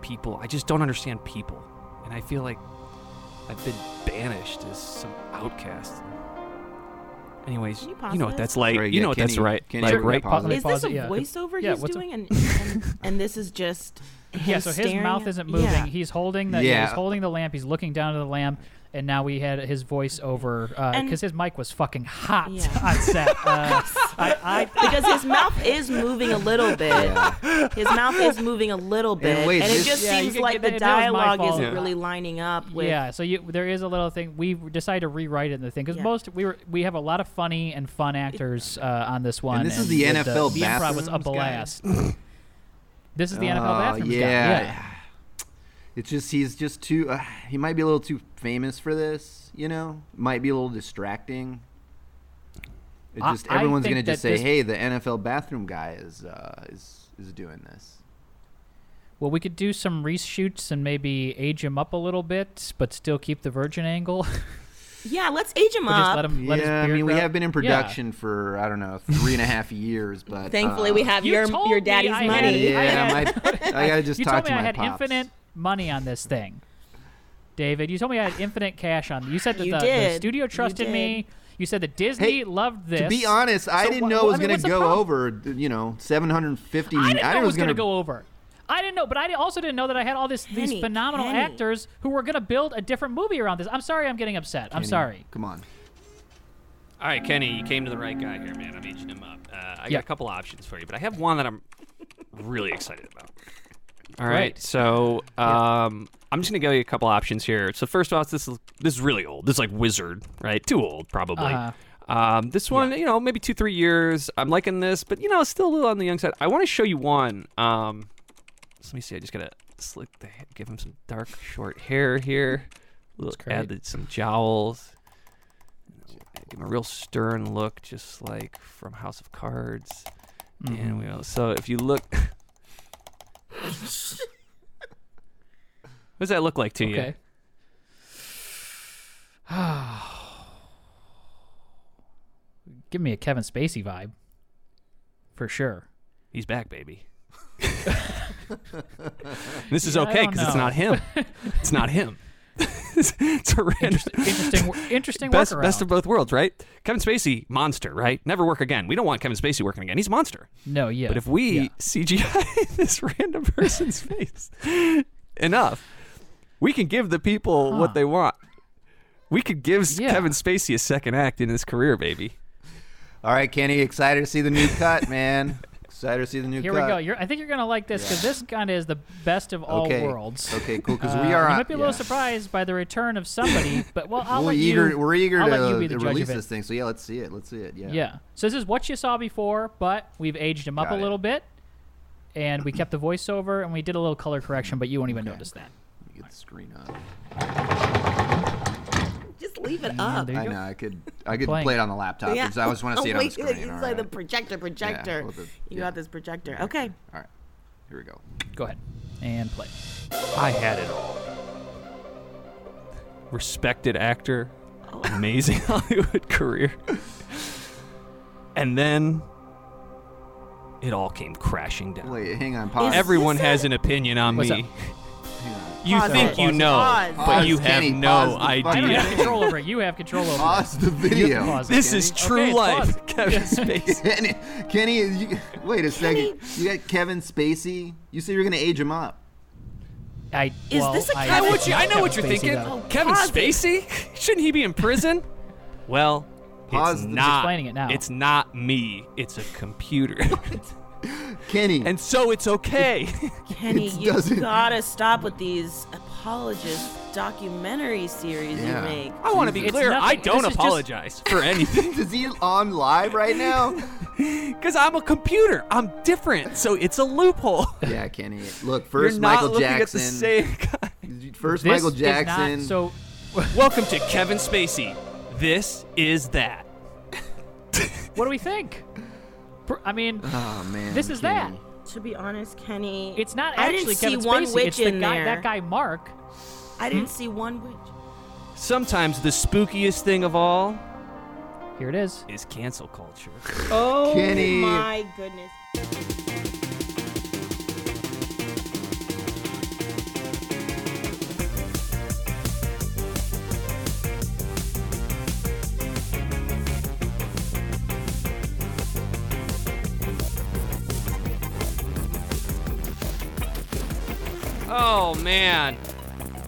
Speaker 2: people. I just don't understand people, and I feel like I've been banished as some outcast. Anyways,
Speaker 3: Can you
Speaker 2: you,
Speaker 3: pause
Speaker 2: know what
Speaker 3: this?
Speaker 2: that's like.
Speaker 4: Sorry,
Speaker 2: you
Speaker 4: yeah,
Speaker 2: know what
Speaker 4: can
Speaker 2: that's
Speaker 4: you-
Speaker 2: right.
Speaker 4: can you
Speaker 2: like
Speaker 1: Sure,
Speaker 2: right.
Speaker 1: yeah, pause
Speaker 3: Is this a
Speaker 1: it, yeah.
Speaker 3: voiceover
Speaker 1: Yeah,
Speaker 3: he's
Speaker 1: what's a- (laughs)
Speaker 3: doing, and, and and this is just
Speaker 1: Yeah,
Speaker 3: him
Speaker 1: so his
Speaker 3: staring
Speaker 1: mouth
Speaker 3: at-
Speaker 1: isn't moving.
Speaker 3: Yeah.
Speaker 1: He's holding the yeah. he's
Speaker 4: Yeah.
Speaker 1: holding the lamp. He's looking down at the lamp, and now we had his voice over
Speaker 3: And-
Speaker 1: because his mic was fucking hot
Speaker 3: Yeah.
Speaker 1: (laughs) on set.
Speaker 3: (laughs)
Speaker 1: Uh, I, I
Speaker 3: (laughs) because his mouth is moving a
Speaker 4: (laughs)
Speaker 3: little bit. His mouth is moving a little bit, and,
Speaker 4: wait,
Speaker 3: it
Speaker 4: this-
Speaker 3: just
Speaker 1: Yeah, you
Speaker 3: seems
Speaker 1: can
Speaker 3: like
Speaker 1: get-
Speaker 3: the
Speaker 1: it- that was my
Speaker 3: dialogue
Speaker 1: fault.
Speaker 3: isn't
Speaker 1: Yeah.
Speaker 3: really lining up with.
Speaker 1: yeah, so you there is a little thing. We decided to rewrite it in the thing because
Speaker 3: Yeah.
Speaker 1: most we were we have a lot of funny and fun actors uh, on this one.
Speaker 4: this is the
Speaker 1: with
Speaker 4: NFL
Speaker 1: the, improv was a
Speaker 5: bathrooms guy.
Speaker 4: (laughs)
Speaker 1: blast. this is the
Speaker 4: Oh,
Speaker 1: NFL bathrooms guy.
Speaker 4: yeah. It's just he's just too. Uh, he might be a little too famous for this. You know, might be a little distracting. It
Speaker 1: I-
Speaker 4: just
Speaker 1: I
Speaker 4: everyone's
Speaker 1: think
Speaker 4: gonna just
Speaker 1: that this-
Speaker 4: say, "Hey, the NFL bathroom guy is uh, is is doing this."
Speaker 1: Well, we could do some reshoots and maybe age him up a little bit, but still keep the virgin angle. (laughs)
Speaker 3: Yeah, let's age him
Speaker 1: Or just
Speaker 3: up.
Speaker 1: let him. let his
Speaker 4: yeah, I
Speaker 1: beard
Speaker 4: mean, we
Speaker 1: grow.
Speaker 4: have been in
Speaker 1: Yeah.
Speaker 4: production for I don't know three and a half years, but
Speaker 3: Thankfully,
Speaker 4: uh,
Speaker 3: we have
Speaker 1: You
Speaker 3: your
Speaker 1: told
Speaker 3: your
Speaker 1: me
Speaker 3: daddy's
Speaker 1: I had-
Speaker 3: money.
Speaker 1: I (laughs)
Speaker 4: Yeah, my,
Speaker 1: had-
Speaker 4: I gotta just
Speaker 1: you
Speaker 4: talk
Speaker 1: told me
Speaker 4: to my
Speaker 1: I had
Speaker 4: pops.
Speaker 1: infinite money on this thing, David. You told me I had infinite cash on. You said that
Speaker 3: You
Speaker 1: the, the
Speaker 3: did.
Speaker 1: studio
Speaker 3: You
Speaker 1: trusted
Speaker 3: did.
Speaker 1: me. You said that Disney
Speaker 4: Hey,
Speaker 1: loved this.
Speaker 4: To be honest, I
Speaker 1: So
Speaker 4: didn't
Speaker 1: wha- wha-
Speaker 4: know it was
Speaker 1: I mean,
Speaker 4: going
Speaker 1: what's
Speaker 4: to
Speaker 1: the
Speaker 4: go
Speaker 1: problem?
Speaker 4: over, you know, 750.
Speaker 1: I didn't know it was going to
Speaker 4: gonna-
Speaker 1: go over. I didn't know, but I di- also didn't know that I had all this, these
Speaker 3: Kenny,
Speaker 1: phenomenal
Speaker 3: Kenny.
Speaker 1: actors who were going to build a different movie around this. I'm sorry, I'm getting upset. I'm
Speaker 4: Kenny,
Speaker 1: sorry.
Speaker 4: Come on.
Speaker 2: All right, Kenny, you came to the right guy here, man. I'm aging him up. Uh, I
Speaker 1: Yeah.
Speaker 2: got a couple options for you, but I have one that I'm really excited about. All right,
Speaker 1: Great.
Speaker 2: so um, I'm just gonna go you a couple options here. So first off, this is this is really old. This is like Wizard, right? Too old, probably.
Speaker 1: Uh-huh.
Speaker 2: Um, this one, you know, maybe two, three years. I'm liking this, but you know, still a little on the young side. I want to show you one. Um, so let me see. I just gotta slick the, ha- give him some dark short hair here. Little,
Speaker 1: great.
Speaker 2: added some jowls. Give him a real stern look, just like from House of Cards.
Speaker 1: Mm-hmm.
Speaker 2: And we all, so if you look, (laughs) what does that look like to you?
Speaker 1: Okay. (sighs) Give me a Kevin Spacey vibe, for sure.
Speaker 2: He's back, baby. this is
Speaker 1: Yeah, I
Speaker 2: okay
Speaker 1: don't
Speaker 2: because
Speaker 1: know.
Speaker 2: it's
Speaker 1: (laughs)
Speaker 2: not him. It's not him. (laughs) it's a random.
Speaker 1: Interesting, interesting
Speaker 2: Best,
Speaker 1: workaround.
Speaker 2: best of both worlds, right? Kevin Spacey, monster, right? Never work again. We don't want Kevin Spacey working again. He's a monster.
Speaker 1: no, yeah.
Speaker 2: But if we
Speaker 1: yeah.
Speaker 2: CGI (laughs) this random person's face enough, we can give the people
Speaker 1: Huh.
Speaker 2: what they want. We could give s-
Speaker 1: Yeah.
Speaker 2: Kevin Spacey a second act in his career, baby.
Speaker 4: All right, Kenny. Excited to see
Speaker 1: (laughs)
Speaker 4: the new cut, man. Excited to see the new
Speaker 1: Here
Speaker 4: cut.
Speaker 1: we go. You're, I think you're gonna like this because this kind of is the best of all
Speaker 4: okay.
Speaker 1: worlds.
Speaker 4: Okay, cool. Because
Speaker 1: Uh,
Speaker 4: we are.
Speaker 1: You
Speaker 4: on-
Speaker 1: might be a little
Speaker 4: yeah.
Speaker 1: surprised by the return of
Speaker 4: (laughs)
Speaker 1: somebody, but well, I'll
Speaker 4: We're
Speaker 1: let
Speaker 4: eager.
Speaker 1: you.
Speaker 4: we're eager
Speaker 1: I'll
Speaker 4: to
Speaker 1: let you be the judge
Speaker 4: release
Speaker 1: of it.
Speaker 4: this thing. So yeah, let's see it. Let's see it. Yeah.
Speaker 1: Yeah. So this is what you saw before, but we've aged him up
Speaker 4: Got
Speaker 1: a
Speaker 4: it.
Speaker 1: little bit, and we
Speaker 4: (coughs)
Speaker 1: kept the voiceover, and we did a little color correction, but you won't even notice that.
Speaker 4: Let me get the screen up.
Speaker 3: (laughs) Just leave it up.
Speaker 1: there you
Speaker 4: I
Speaker 1: go.
Speaker 4: know. I could. I could
Speaker 1: Playing.
Speaker 4: play it on the laptop. because I always
Speaker 3: (laughs)
Speaker 4: want to see it on the screen.
Speaker 3: It's
Speaker 4: all
Speaker 3: like
Speaker 4: right.
Speaker 3: the projector, projector.
Speaker 4: with the-
Speaker 3: you
Speaker 4: yeah.
Speaker 3: got this projector. Okay.
Speaker 4: All right. Here we go.
Speaker 1: Go ahead and play.
Speaker 2: I had it all. Respected actor, amazing (laughs) Hollywood career. And then it all came crashing down.
Speaker 4: Wait. Hang on. Pause.
Speaker 3: Every-
Speaker 2: Everyone
Speaker 3: Listen.
Speaker 2: has an opinion on
Speaker 1: What's
Speaker 2: me.
Speaker 1: up?
Speaker 4: Hang on.
Speaker 2: (laughs) You
Speaker 3: Pause
Speaker 2: think
Speaker 3: it.
Speaker 2: you know,
Speaker 3: Pause.
Speaker 2: but
Speaker 4: Pause,
Speaker 2: you have
Speaker 4: Kenny, pause
Speaker 2: no
Speaker 4: the fucking
Speaker 1: I don't
Speaker 2: idea.
Speaker 1: have control over it. You have control over
Speaker 4: Pause the
Speaker 1: it. You
Speaker 4: video.
Speaker 1: can pause it.
Speaker 2: (laughs) This is true
Speaker 1: Okay, it's
Speaker 2: life,
Speaker 1: paused.
Speaker 2: (laughs) Kevin Spacey.
Speaker 4: (laughs) Kenny, Kenny, you, wait a second. You got Kevin Spacey. You said you're gonna age him up.
Speaker 1: I,
Speaker 3: Is
Speaker 1: well,
Speaker 3: this a
Speaker 1: I,
Speaker 3: Kevin-
Speaker 2: I, what you, I know
Speaker 1: Kevin
Speaker 2: what you're
Speaker 1: Spacey
Speaker 2: thinking.
Speaker 1: got it.
Speaker 2: Kevin
Speaker 3: Pause it.
Speaker 2: Spacey? Shouldn't he be in prison? (laughs) Well,
Speaker 4: Pause
Speaker 2: it's
Speaker 4: the- He's
Speaker 2: not.
Speaker 1: explaining it now.
Speaker 2: It's not me. It's a computer.
Speaker 4: Kenny,
Speaker 2: (laughs) and so it's okay.
Speaker 3: Kenny,
Speaker 4: It
Speaker 3: you
Speaker 4: doesn't-
Speaker 3: gotta stop with these apologist documentary series
Speaker 4: Yeah.
Speaker 3: you make.
Speaker 2: (laughs) I want to be
Speaker 1: It's
Speaker 2: clear. I
Speaker 1: nothing.
Speaker 2: don't
Speaker 1: This is just-
Speaker 2: apologize (laughs) for anything
Speaker 4: is he on live right now?
Speaker 1: (laughs)
Speaker 2: because I'm a computer. I'm different, so it's a loophole. (laughs)
Speaker 4: yeah, Kenny.
Speaker 1: (laughs)
Speaker 4: Look, first
Speaker 2: You're not
Speaker 4: Michael
Speaker 2: looking
Speaker 4: Jackson.
Speaker 2: at the same (laughs) guy.
Speaker 4: First
Speaker 1: This
Speaker 4: Michael
Speaker 1: is not-
Speaker 4: Jackson.
Speaker 1: so
Speaker 2: Welcome to Kevin Spacey. This is that.
Speaker 1: what do we think? Per- I mean,
Speaker 4: oh man,
Speaker 1: this is that.
Speaker 4: Kenny.
Speaker 3: To be honest, Kenny,
Speaker 1: It's not
Speaker 3: I
Speaker 1: actually
Speaker 3: didn't
Speaker 1: Kevin
Speaker 3: see one
Speaker 1: Spacey.
Speaker 3: witch
Speaker 1: it's the
Speaker 3: in
Speaker 1: guy,
Speaker 3: there.
Speaker 1: that guy Hmm? Mark.
Speaker 3: I didn't see one witch.
Speaker 2: Sometimes the spookiest thing of all
Speaker 1: Here it is.
Speaker 2: is cancel culture.
Speaker 3: Oh
Speaker 4: Kenny.
Speaker 3: my goodness.
Speaker 2: Oh man,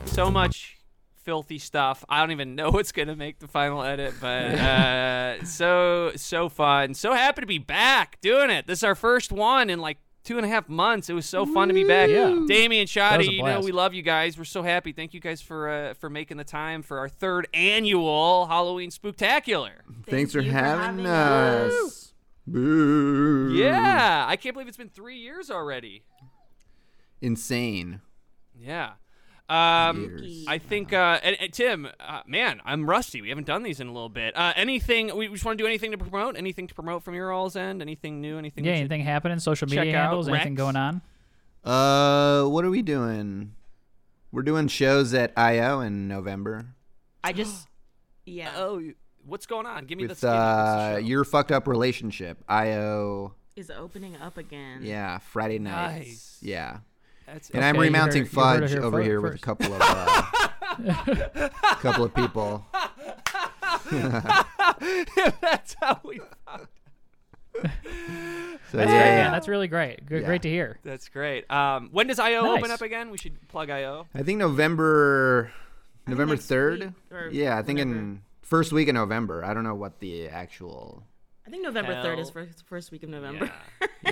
Speaker 2: so much filthy stuff. I don't even know (laughs) what's gonna make the final edit, but uh, so so fun. So happy to be back doing it. This is our first one in like two and a half months. It was so fun to be back.
Speaker 1: Yeah.
Speaker 2: Damien
Speaker 1: was a
Speaker 2: Shoddy, you know
Speaker 1: blast.
Speaker 2: we love you guys. We're so happy. Thank you guys for uh, for making the time for our third annual Halloween Spooktacular.
Speaker 4: Thanks for
Speaker 3: you for having
Speaker 4: having us. Boo.
Speaker 2: Yeah, I can't believe it's been three years already.
Speaker 4: Insane.
Speaker 2: Yeah. Um,
Speaker 4: Years.
Speaker 2: I think, uh, and, and Tim, uh, man, I'm rusty. We haven't done these in a little bit. Uh, anything, we just want to do anything to promote? Anything to promote from your all's end? Anything new? Anything?
Speaker 1: Yeah,
Speaker 2: we should-
Speaker 1: anything happening? Social
Speaker 2: Check
Speaker 1: media
Speaker 2: out
Speaker 1: handles? Anything
Speaker 2: Rex.
Speaker 1: going on?
Speaker 4: Uh, what are we doing? We're doing shows at IO in November
Speaker 3: I just, yeah.
Speaker 2: (laughs) Oh, you- what's going on? Give me
Speaker 4: with
Speaker 2: the, give me
Speaker 4: uh,
Speaker 2: the show.
Speaker 4: your fucked up relationship. IO.
Speaker 3: Is opening up again.
Speaker 4: Yeah, Friday night.
Speaker 2: Nice.
Speaker 4: Yeah,
Speaker 2: That's-
Speaker 4: and I'm
Speaker 1: Okay, you
Speaker 4: remounting
Speaker 1: heard- you heard it
Speaker 4: fudge
Speaker 1: here
Speaker 4: over
Speaker 1: fir-
Speaker 4: here with a
Speaker 1: first.
Speaker 4: couple of uh,
Speaker 1: (laughs)
Speaker 4: couple of people.
Speaker 2: (laughs) that's how we.
Speaker 4: So
Speaker 1: Great,
Speaker 4: yeah,
Speaker 1: man, that's really great. Good,
Speaker 4: Yeah.
Speaker 1: Great to hear.
Speaker 2: That's great. Um, when does IO open
Speaker 1: Nice.
Speaker 2: up again? We should plug IO.
Speaker 4: I think November November
Speaker 3: next
Speaker 4: third.
Speaker 3: week or
Speaker 4: Yeah, I think
Speaker 3: whenever.
Speaker 4: in first week of November. I don't know what the actual.
Speaker 3: I think November 3rd is
Speaker 2: Hell.
Speaker 3: first, first week of November.
Speaker 4: Yeah,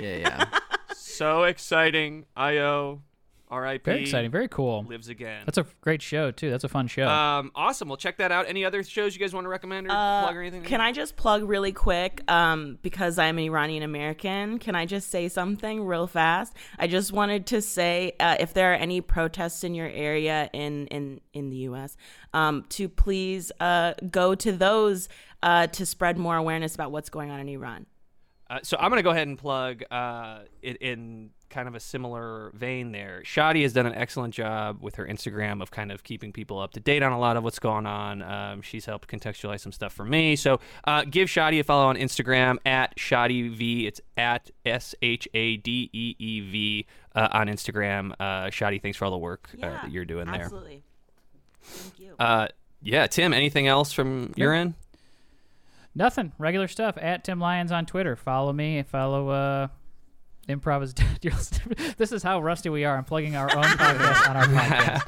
Speaker 3: (laughs)
Speaker 4: yeah.
Speaker 2: Uh, So exciting. IO, RIP.
Speaker 1: Very exciting. Very cool.
Speaker 2: Lives again.
Speaker 1: That's a great show too. That's a fun show.
Speaker 2: um, awesome. Well, check that out. Any other shows you guys want to recommend or
Speaker 3: Uh,
Speaker 2: plug or anything?
Speaker 3: Can I just plug really quick? Um, because I'm an Iranian American, can I just say something real fast? I just wanted to say uh, if there are any protests in your area in in in the U.S., um, to please uh, go to those uh, to spread more awareness about what's going on in Iran.
Speaker 2: Uh, so I'm going to go ahead and plug uh, it in kind of a similar vein there. Shadi has done an excellent job with her Instagram of kind of keeping people up to date on a lot of what's going on. Um, she's helped contextualize some stuff for me. So uh, give Shadi a follow on Instagram at Shadi V. It's at S H A D E E V uh, on Instagram. Uh, Shadi, thanks for all the work uh, that you're doing there.
Speaker 3: Absolutely. Thank you.
Speaker 2: Uh, yeah, Tim, anything else from your end?
Speaker 1: Nothing. Regular stuff. At Tim Lyons on Twitter. Follow me. Follow uh, Improv is (laughs) Dead. You'll still- this is how rusty we are. I'm plugging our (laughs) own podcast on our podcast.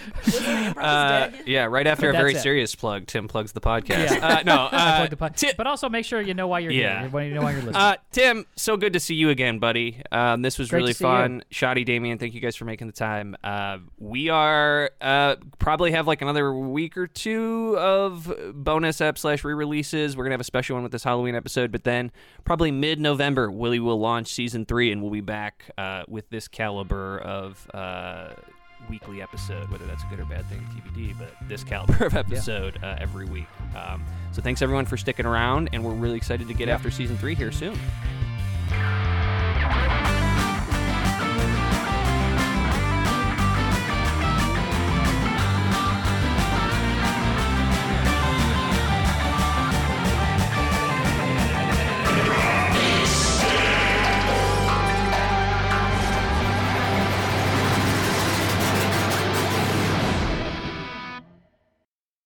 Speaker 2: (laughs) Uh, yeah, right after a
Speaker 1: That's
Speaker 2: very
Speaker 1: it.
Speaker 2: serious plug, Tim plugs the podcast.
Speaker 1: Yeah.
Speaker 2: Uh, no,
Speaker 1: (laughs) I
Speaker 2: uh,
Speaker 1: plug the pod-
Speaker 2: Ti-
Speaker 1: but also make sure you know why you're
Speaker 2: Yeah.
Speaker 1: here. You know why you're listening.
Speaker 2: uh, Tim, so good to see you again, buddy. Um, this was
Speaker 1: Great
Speaker 2: really
Speaker 1: to see you.
Speaker 2: fun. Shoddy, Damien, thank you guys for making the time. Uh, we are uh, probably have like another week or two of bonus app slash re releases. We're gonna have a special one with this Halloween episode, but then probably mid November, Willie will launch season three, and we'll be back uh, with this caliber of. Uh, Weekly episode, whether that's a good or bad thing, TBD. But this caliber of episode uh, every week. Um, so thanks everyone for sticking around, and we're really excited to get after season three here soon.